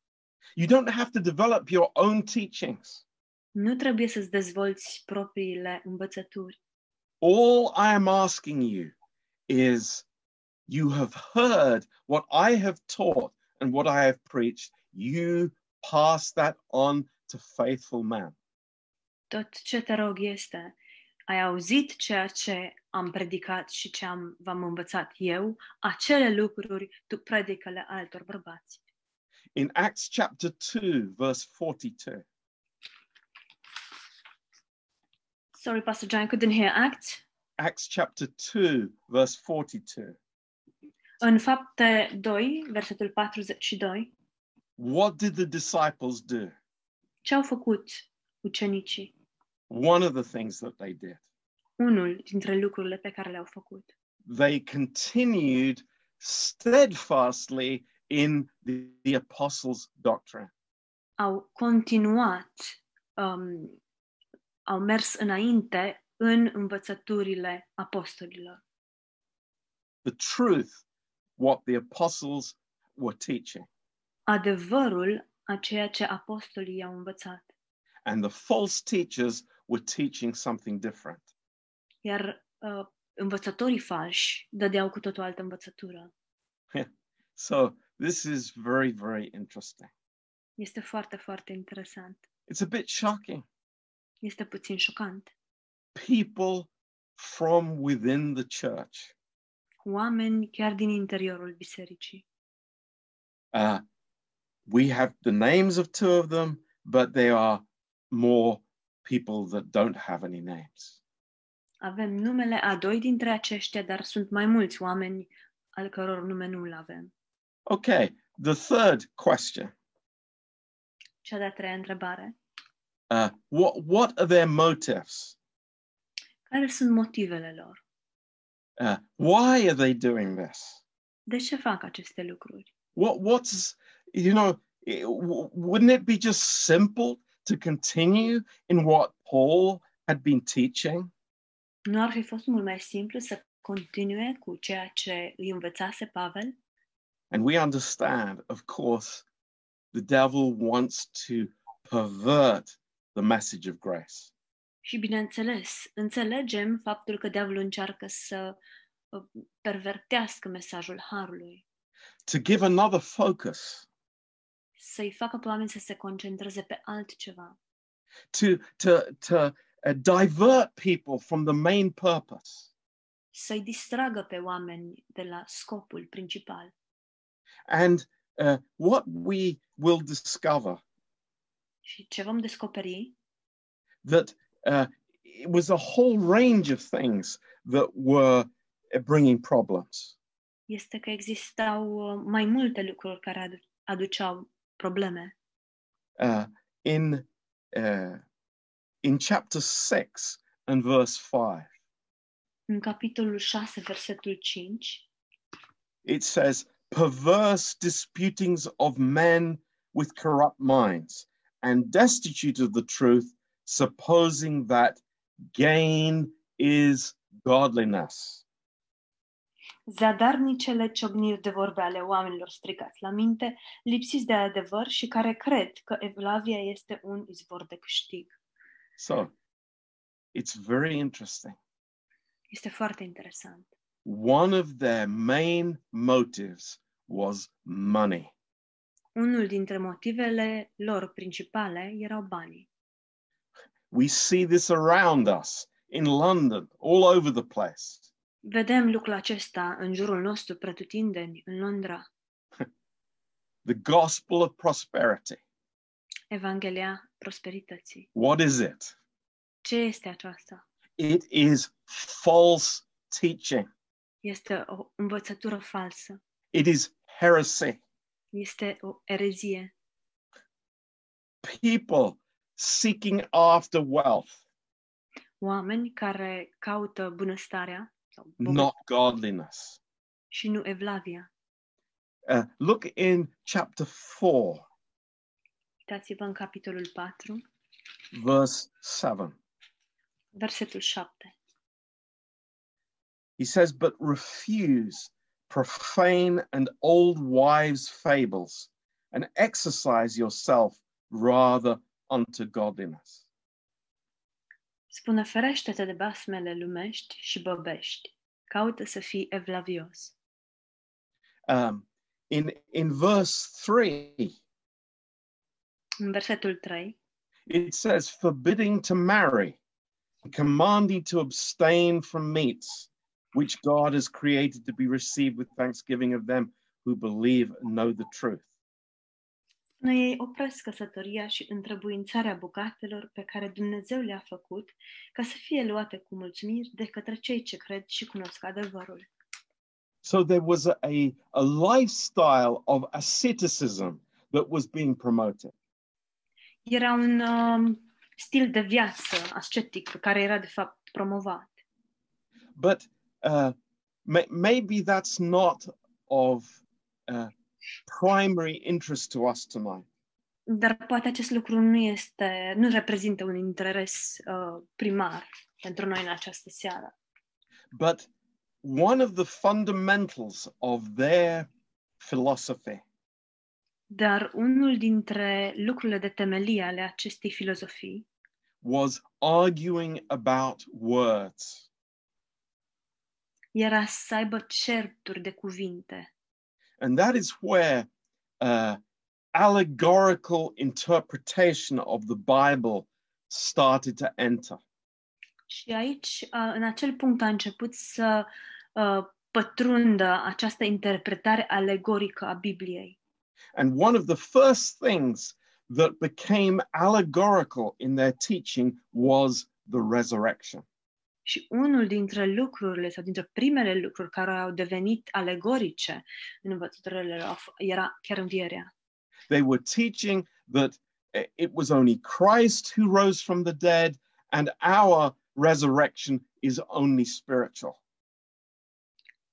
Speaker 1: You don't have to develop your own teachings.
Speaker 2: Nu trebuie să-ți dezvolți propriile învățături.
Speaker 1: All I am asking you is you have heard what I have taught and what I have preached. You pass that on to faithful men.
Speaker 2: Tot ce te rog este, ai auzit ceea ce am predicat și ce am, v-am învățat eu, acele lucruri tu predică-le altor bărbați.
Speaker 1: In Acts chapter 2, verse 42,
Speaker 2: Sorry, Pastor John, I couldn't hear Acts.
Speaker 1: Acts chapter 2, verse 42,
Speaker 2: În fapte 2, versetul 42,
Speaker 1: what did the disciples do?
Speaker 2: ce au făcut ucenicii?
Speaker 1: One of the things that they did,
Speaker 2: Unul dintre lucrurile pe care le-au făcut.
Speaker 1: they continued steadfastly in the, the apostles' doctrine.
Speaker 2: Au continuat, um, au mers înainte în învățăturile apostolilor.
Speaker 1: the truth what the apostles were teaching
Speaker 2: Adevărul a ceea ce apostolii i-au învățat.
Speaker 1: and the false teachers were teaching something different
Speaker 2: Iar uh, învățătorii falși dădeau cu totul altă învățătură.
Speaker 1: so this is very very interesting
Speaker 2: Este foarte, foarte interesant.
Speaker 1: it's a bit shocking
Speaker 2: Este puțin șocant.
Speaker 1: people from within the church
Speaker 2: Oameni chiar din interiorul bisericii.
Speaker 1: uh, we have the names of two of them but there are more people that don't have any names
Speaker 2: Avem numele a doi dintre aceștia, dar sunt mai mulți oameni al căror nume nu îl avem.
Speaker 1: okay the third question
Speaker 2: Cea de-a treia întrebare.
Speaker 1: uh, what what are their motives
Speaker 2: Care sunt motivele lor?
Speaker 1: uh, why are they doing this
Speaker 2: De ce fac aceste lucruri?
Speaker 1: what what's you know it- w- wouldn't it be just simple to continue in what paul had been teaching
Speaker 2: Nu ar fi fost mult mai simplu să continue cu ceea ce îi învățase Pavel?
Speaker 1: and we understand of course the devil wants to pervert the message of grace
Speaker 2: Și bineînțeles, înțelegem faptul că diavolul încearcă să uh, pervertească mesajul harului,
Speaker 1: to give another focus
Speaker 2: să-i facă pe oameni să se concentreze pe altceva,
Speaker 1: to to to uh, divert people from the main purpose
Speaker 2: să-i distragă pe oameni de la scopul principal.
Speaker 1: and uh, what we will discover
Speaker 2: Și ce vom descoperi
Speaker 1: that uh, it was a whole range of things that were uh, bringing problems.
Speaker 2: este că existau uh, mai multe lucruri care adu- aduceau probleme.
Speaker 1: Uh, in uh, in chapter six and verse five,
Speaker 2: În capitolul 6, versetul 5,
Speaker 1: it says, "Perverse disputings of men with corrupt minds, and destitute of the truth, supposing that gain is godliness."
Speaker 2: Zadarnicele ciocniri de vorbe ale oamenilor stricați la minte, lipsiți de adevăr și care cred că evlavia este un izvor de câștig.
Speaker 1: So, it's very interesting.
Speaker 2: Este foarte interesant.
Speaker 1: one of their main motives was money.
Speaker 2: Unul dintre motivele lor principale erau banii.
Speaker 1: We see this around us in London, all over the place.
Speaker 2: Vedem lucrul acesta în jurul nostru, pretutindeni, în Londra,
Speaker 1: The gospel of prosperity.
Speaker 2: Evanghelia prosperității.
Speaker 1: What is it?
Speaker 2: Ce este aceasta?
Speaker 1: It is false teaching,
Speaker 2: Este o învățătură falsă,
Speaker 1: it is heresy.
Speaker 2: este o erezie.
Speaker 1: People seeking after wealth,
Speaker 2: Oameni care caută bunăstarea sau bogăția
Speaker 1: not godliness.
Speaker 2: și nu evlavia.
Speaker 1: Uh, look in chapter 4,
Speaker 2: Uitați-vă în capitolul 4,
Speaker 1: verse 7.
Speaker 2: versetul 7.
Speaker 1: He says, But refuse profane and old wives' fables, and exercise yourself rather unto godliness.
Speaker 2: Spune, ferește-te de basmele lumești și băbești. Caută să fii evlavios.
Speaker 1: Um, in, in verse 3,
Speaker 2: În versetul 3,
Speaker 1: it says, forbidding to marry, commanding to abstain from meats, which God has created to be received with thanksgiving of them who believe and know the truth.
Speaker 2: spune, ei opresc căsătoria și întrebuințarea bucatelor pe care Dumnezeu le-a făcut ca să fie luate cu mulțumiri de către cei ce cred și cunosc adevărul.
Speaker 1: So there was a, a, a lifestyle of asceticism that was being promoted.
Speaker 2: Era un um, stil de viață ascetic pe care era de fapt promovat.
Speaker 1: But uh, may, maybe that's not of uh, primary interest to us tonight.
Speaker 2: Dar poate acest lucru nu este, nu reprezintă un interes uh, primar pentru noi în această seară.
Speaker 1: But one of the fundamentals of their philosophy
Speaker 2: Dar unul dintre lucrurile de temelie ale acestei filozofii
Speaker 1: was arguing about words.
Speaker 2: era să aibă certuri de cuvinte.
Speaker 1: And that is where uh, allegorical interpretation of the Bible started to enter.
Speaker 2: Și aici, uh, în acel punct, a început să uh, pătrundă această interpretare alegorică a Bibliei.
Speaker 1: And one of the first things that became allegorical in their teaching was the resurrection.
Speaker 2: Și unul dintre lucrurile sau dintre primele lucruri care au devenit alegorice în învățăturile lor a f- era chiar învierea.
Speaker 1: They were teaching that i- it was only Christ who rose from the dead, and our resurrection is only spiritual.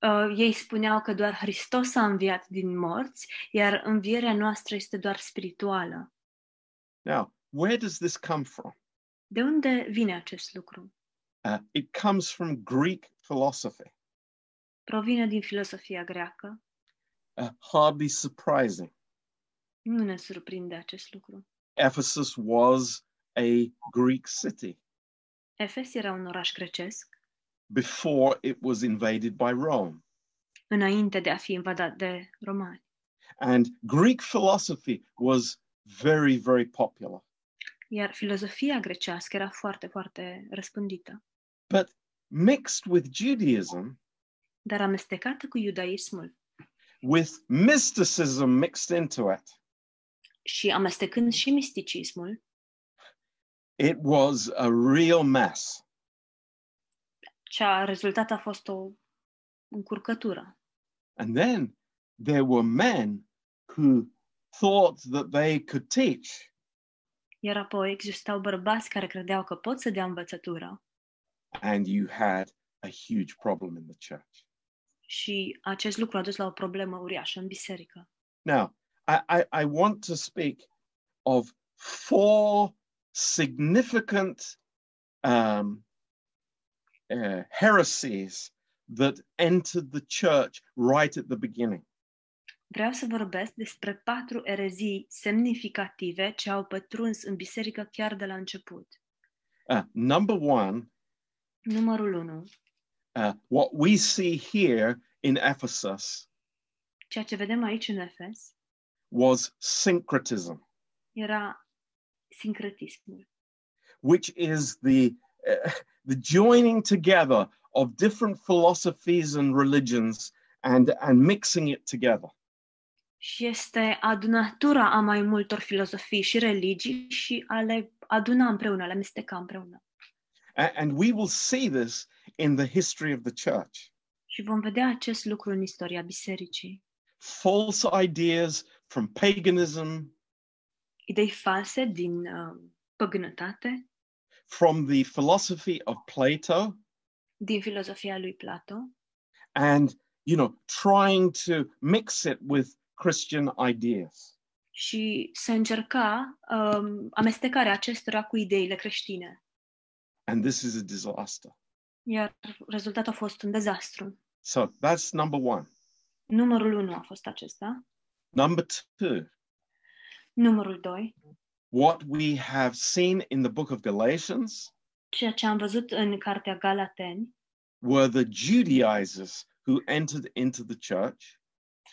Speaker 2: Uh, ei spuneau că doar Hristos a înviat din morți, iar învierea noastră este doar spirituală.
Speaker 1: Now, where does this come from?
Speaker 2: De unde vine acest lucru?
Speaker 1: Uh, it comes from Greek philosophy.
Speaker 2: Provine din filosofia greacă.
Speaker 1: Uh, hardly surprising.
Speaker 2: Nu ne surprinde acest lucru.
Speaker 1: Ephesus was a Greek city
Speaker 2: Efes era un oraș grecesc,
Speaker 1: before it was invaded by Rome.
Speaker 2: înainte de a fi invadat de romani.
Speaker 1: And Greek philosophy was very, very popular.
Speaker 2: Iar filozofia grecească era foarte, foarte răspândită,
Speaker 1: But mixed with Judaism,
Speaker 2: dar amestecată cu iudaismul
Speaker 1: with mysticism mixed into it,
Speaker 2: și amestecând și misticismul,
Speaker 1: it was a real mess.
Speaker 2: ce a rezultat a fost o încurcătură.
Speaker 1: And then there were men who thought that they could teach,
Speaker 2: Iar apoi existau bărbați care credeau că pot să dea învățătura
Speaker 1: and you had a huge problem in the church.
Speaker 2: și acest lucru a dus la o problemă uriașă în biserică.
Speaker 1: Now, I, I, I want to speak of four significant um, uh, heresies that entered the church right at the beginning.
Speaker 2: Vreau să vorbesc despre patru erezii semnificative ce au pătruns în biserică chiar de la început.
Speaker 1: Uh, number one,
Speaker 2: Numărul 1.
Speaker 1: uh, what we see here in Ephesus
Speaker 2: Ceea ce vedem aici în Efes
Speaker 1: was syncretism,
Speaker 2: era sincretismul,
Speaker 1: which is the, uh, the joining together of different philosophies and religions and, and mixing it together.
Speaker 2: Și este adunatura a mai multor filozofii și religii și a le aduna împreună, le amesteca împreună.
Speaker 1: A- And we will see this in the history of the church.
Speaker 2: Și vom vedea acest lucru în istoria bisericii.
Speaker 1: False ideas from paganism,
Speaker 2: Idei false din uh, păgânătate,
Speaker 1: from the philosophy of Plato,
Speaker 2: din filozofia lui Plato
Speaker 1: and you know, trying to mix it with Christian ideas.
Speaker 2: și se încerca um, amestecarea acestora cu ideile creștine.
Speaker 1: And this is a disaster.
Speaker 2: Iar rezultatul a fost un dezastru.
Speaker 1: So that's number one.
Speaker 2: Numărul 1 a fost acesta.
Speaker 1: Number two,
Speaker 2: Numărul 2,
Speaker 1: what we have seen in the book of Galatians
Speaker 2: ceea ce am văzut în cartea Galateni,
Speaker 1: were the Judaizers who entered into the church,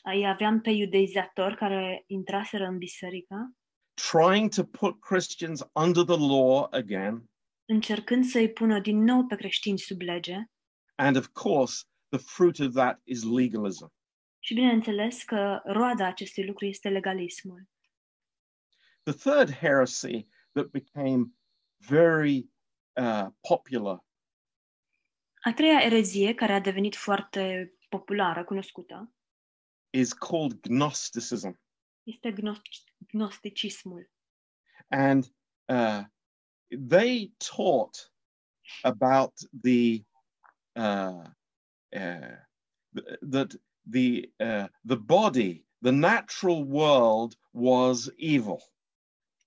Speaker 2: îi aveam pe iudeizatori care intraseră în biserică,
Speaker 1: trying to put Christians under the law again.
Speaker 2: încercând să-i pună din nou pe creștini sub lege
Speaker 1: And of course, the fruit of that is legalism.
Speaker 2: și bineînțeles că roada acestui lucru este legalismul.
Speaker 1: The third heresy that became very uh, popular
Speaker 2: A treia erezie care a devenit foarte populară, cunoscută,
Speaker 1: is called Gnosticism.
Speaker 2: este gnos- gnosticismul.
Speaker 1: and uh, they taught about the uh, uh, th- that the uh, the body, the natural world, was evil,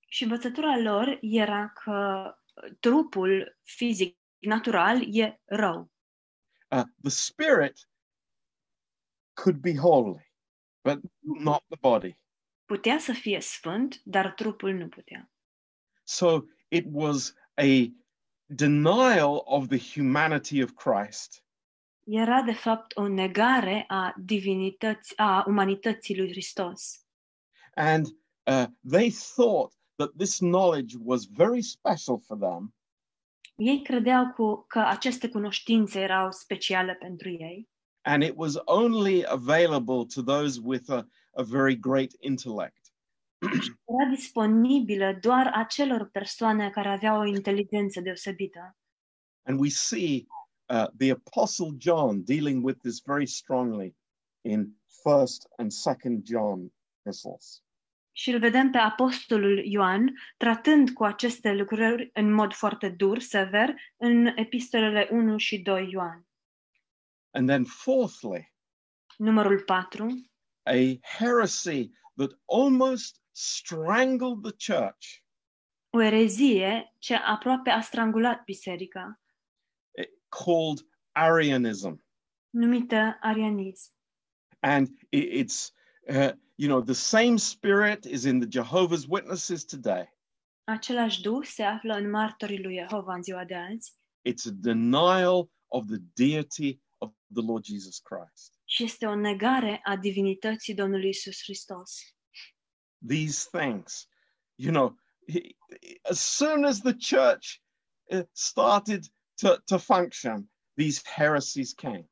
Speaker 2: Și învățătura lor era că uh, trupul fizic natural e rău.
Speaker 1: uh, the spirit could be holy, but not the body.
Speaker 2: Putea să fie sfânt, dar trupul nu putea.
Speaker 1: So it was a denial of the humanity of Christ
Speaker 2: Era de fapt o negare a divinității, a umanității lui Hristos.
Speaker 1: And uh, they thought that this knowledge was very special for them
Speaker 2: Ei credeau cu, că aceste cunoștințe erau speciale pentru ei
Speaker 1: and it was only available to those with a, a very great intellect.
Speaker 2: era disponibilă doar acelor persoane care aveau o inteligență deosebită.
Speaker 1: And we see uh, the Apostle John dealing with this very strongly in 1st and 2nd John epistles.
Speaker 2: Și îl vedem pe apostolul Ioan tratând cu aceste lucruri în mod foarte dur, sever, în epistolele 1 și 2 Ioan.
Speaker 1: And then, fourthly,
Speaker 2: Numărul 4,
Speaker 1: a heresy that almost strangled the church
Speaker 2: o erezie ce aproape a strangulat biserica,
Speaker 1: eh, called Arianism.
Speaker 2: numită arianism.
Speaker 1: and i- it's uh, you know the same spirit is in the jehovah's witnesses today
Speaker 2: Același duh se află în martorii lui Jehova în ziua de azi
Speaker 1: it's a denial of the deity of the lord jesus christ
Speaker 2: și este o negare a divinității Domnului Isus Hristos.
Speaker 1: these things you know he- as soon as the church uh, started to, to function these heresies came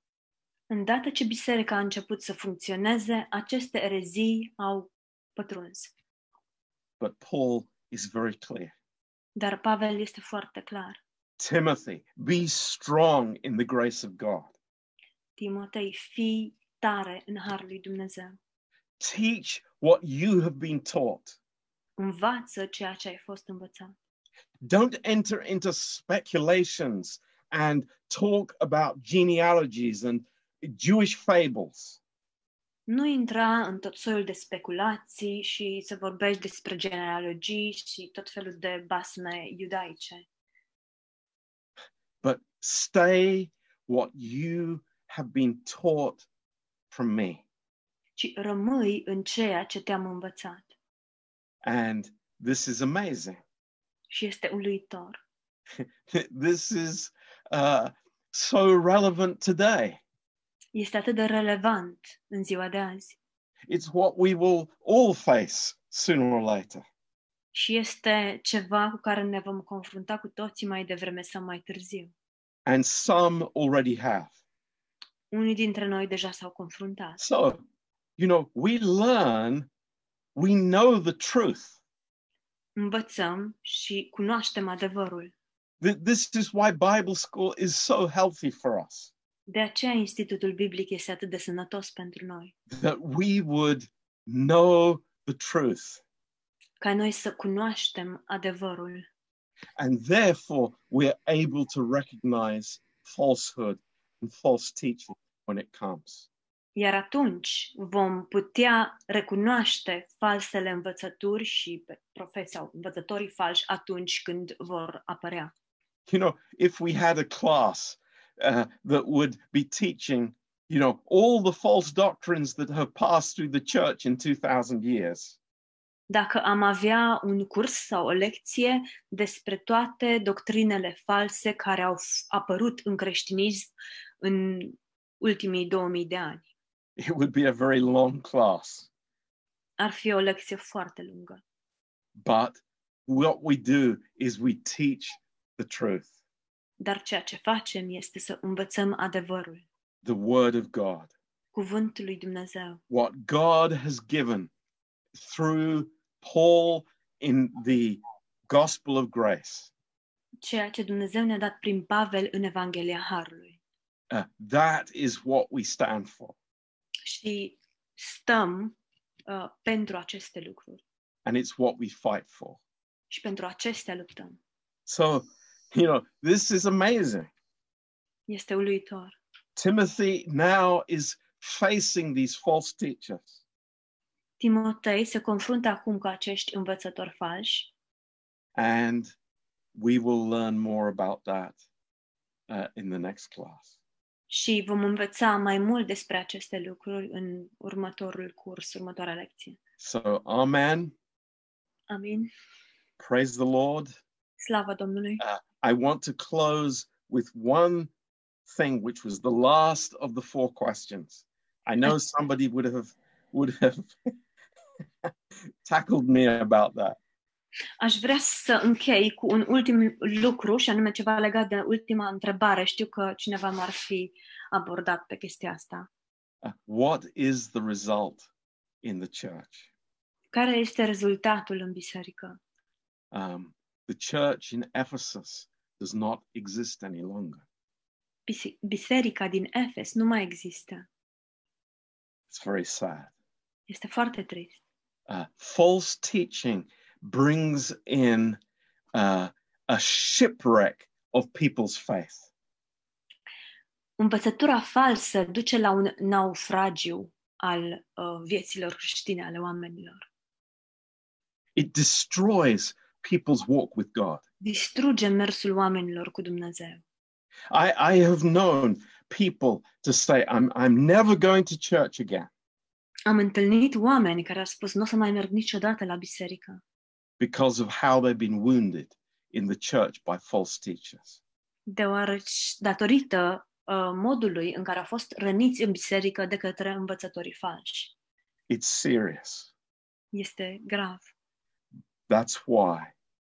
Speaker 2: Îndată ce biserica a început să funcționeze, aceste erezii au pătruns.
Speaker 1: but paul is very clear
Speaker 2: Dar Pavel este foarte clar.
Speaker 1: timothy be strong in the grace of god
Speaker 2: Timotei, fii tare în harul lui Dumnezeu.
Speaker 1: teach what you have been taught
Speaker 2: Învață ceea ce ai fost învățat.
Speaker 1: don't enter into speculations and talk about genealogies and Jewish fables.
Speaker 2: Nu intra în tot soiul de speculații și să vorbești despre genealogii și tot felul de basme iudaice.
Speaker 1: But stay what you have been taught from me.
Speaker 2: ci rămâi în ceea ce te-am învățat.
Speaker 1: And this is amazing.
Speaker 2: Și este uluitor.
Speaker 1: This is uh, so relevant today.
Speaker 2: Este atât de relevant în ziua de azi
Speaker 1: It's what we will all face sooner or later.
Speaker 2: și este ceva cu care ne vom confrunta cu toții mai devreme sau mai târziu.
Speaker 1: and some already have.
Speaker 2: Unii dintre noi deja s-au confruntat.
Speaker 1: So, you know, we learn, we know the truth.
Speaker 2: Învățăm și cunoaștem adevărul.
Speaker 1: Th- This is why Bible school is so healthy for us,
Speaker 2: De aceea Institutul Biblic este atât de sănătos pentru noi,
Speaker 1: that we would know the truth
Speaker 2: ca noi să cunoaștem adevărul
Speaker 1: and therefore we're able to recognize falsehood and false teaching when it comes.
Speaker 2: Iar atunci vom putea recunoaște falsele învățături și pe profeți sau învățătorii falși atunci când vor apărea.
Speaker 1: You know, if we had a class uh, that would be teaching, you know, all the false doctrines that have passed through the church in 2000 years,
Speaker 2: Dacă am avea un curs sau o lecție despre toate doctrinele false care au f- apărut în creștinism în ultimii 2000 de ani,
Speaker 1: it would be a very long class.
Speaker 2: ar fi o lecție foarte lungă.
Speaker 1: But what we do is we teach the truth,
Speaker 2: Dar ceea ce facem este să învățăm adevărul,
Speaker 1: the word of God,
Speaker 2: cuvântul lui Dumnezeu.
Speaker 1: what God has given through Paul in the gospel of grace.
Speaker 2: ceea ce Dumnezeu ne-a dat prin Pavel în Evanghelia Harului.
Speaker 1: Uh, that is what we stand for.
Speaker 2: Și stăm uh, pentru aceste lucruri
Speaker 1: And it's what we fight for.
Speaker 2: și pentru acestea luptăm.
Speaker 1: So, you know, this is amazing.
Speaker 2: Este uluitor.
Speaker 1: Timothy now is facing these false teachers.
Speaker 2: Timotei se confruntă acum cu acești învățători falși
Speaker 1: And we will learn more about that uh, in the next class.
Speaker 2: și vom învăța mai mult despre aceste lucruri în următorul curs, următoarea lecție.
Speaker 1: So, Amen.
Speaker 2: Amin.
Speaker 1: Praise the Lord.
Speaker 2: Slavă Domnului!
Speaker 1: I want to close with one thing, which was the last of the four questions. I know somebody would have would have tackled me about that.
Speaker 2: Aș vrea să închei cu un ultim lucru și anume ceva legat de ultima întrebare. Știu că cineva m-ar fi abordat pe chestia asta.
Speaker 1: Uh, What is the result in the church?
Speaker 2: Care este rezultatul în biserică?
Speaker 1: Um, the church in Ephesus does not exist any longer.
Speaker 2: Bise- Biserica din Efes nu mai există.
Speaker 1: It's very sad.
Speaker 2: Este foarte trist.
Speaker 1: Uh, false teaching brings in uh, a shipwreck of people's faith.
Speaker 2: Învățătura falsă duce la un naufragiu al uh, vieților creștine ale oamenilor.
Speaker 1: it destroys people's walk with God.
Speaker 2: Distruge mersul oamenilor cu Dumnezeu.
Speaker 1: I, I have known people to say, I'm, I'm never going to church again
Speaker 2: Am întâlnit oameni care au spus nu o să mai merg niciodată la biserică.
Speaker 1: because of how they've been wounded in the church by false teachers.
Speaker 2: deoarece datorită uh, modului în care au fost răniți în biserică de către învățătorii falși.
Speaker 1: It's serious.
Speaker 2: Este grav.
Speaker 1: That's why,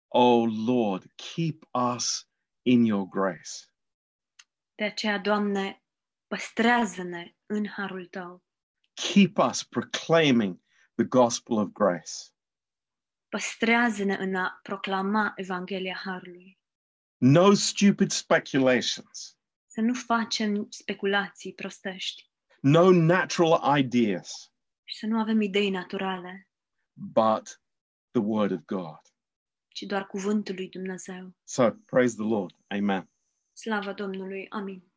Speaker 1: oh Lord, keep us in your grace.
Speaker 2: De aceea, Doamne, păstrează-ne în harul Tău.
Speaker 1: Keep us proclaiming the gospel of grace,
Speaker 2: Păstrează-ne în a proclama Evanghelia Harului.
Speaker 1: no stupid speculations,
Speaker 2: Să nu facem speculații prostești
Speaker 1: no natural ideas,
Speaker 2: și să nu avem idei naturale,
Speaker 1: but the word of God.
Speaker 2: ci doar cuvântul lui Dumnezeu.
Speaker 1: So praise the Lord. Amen.
Speaker 2: Slava Domnului! Amin!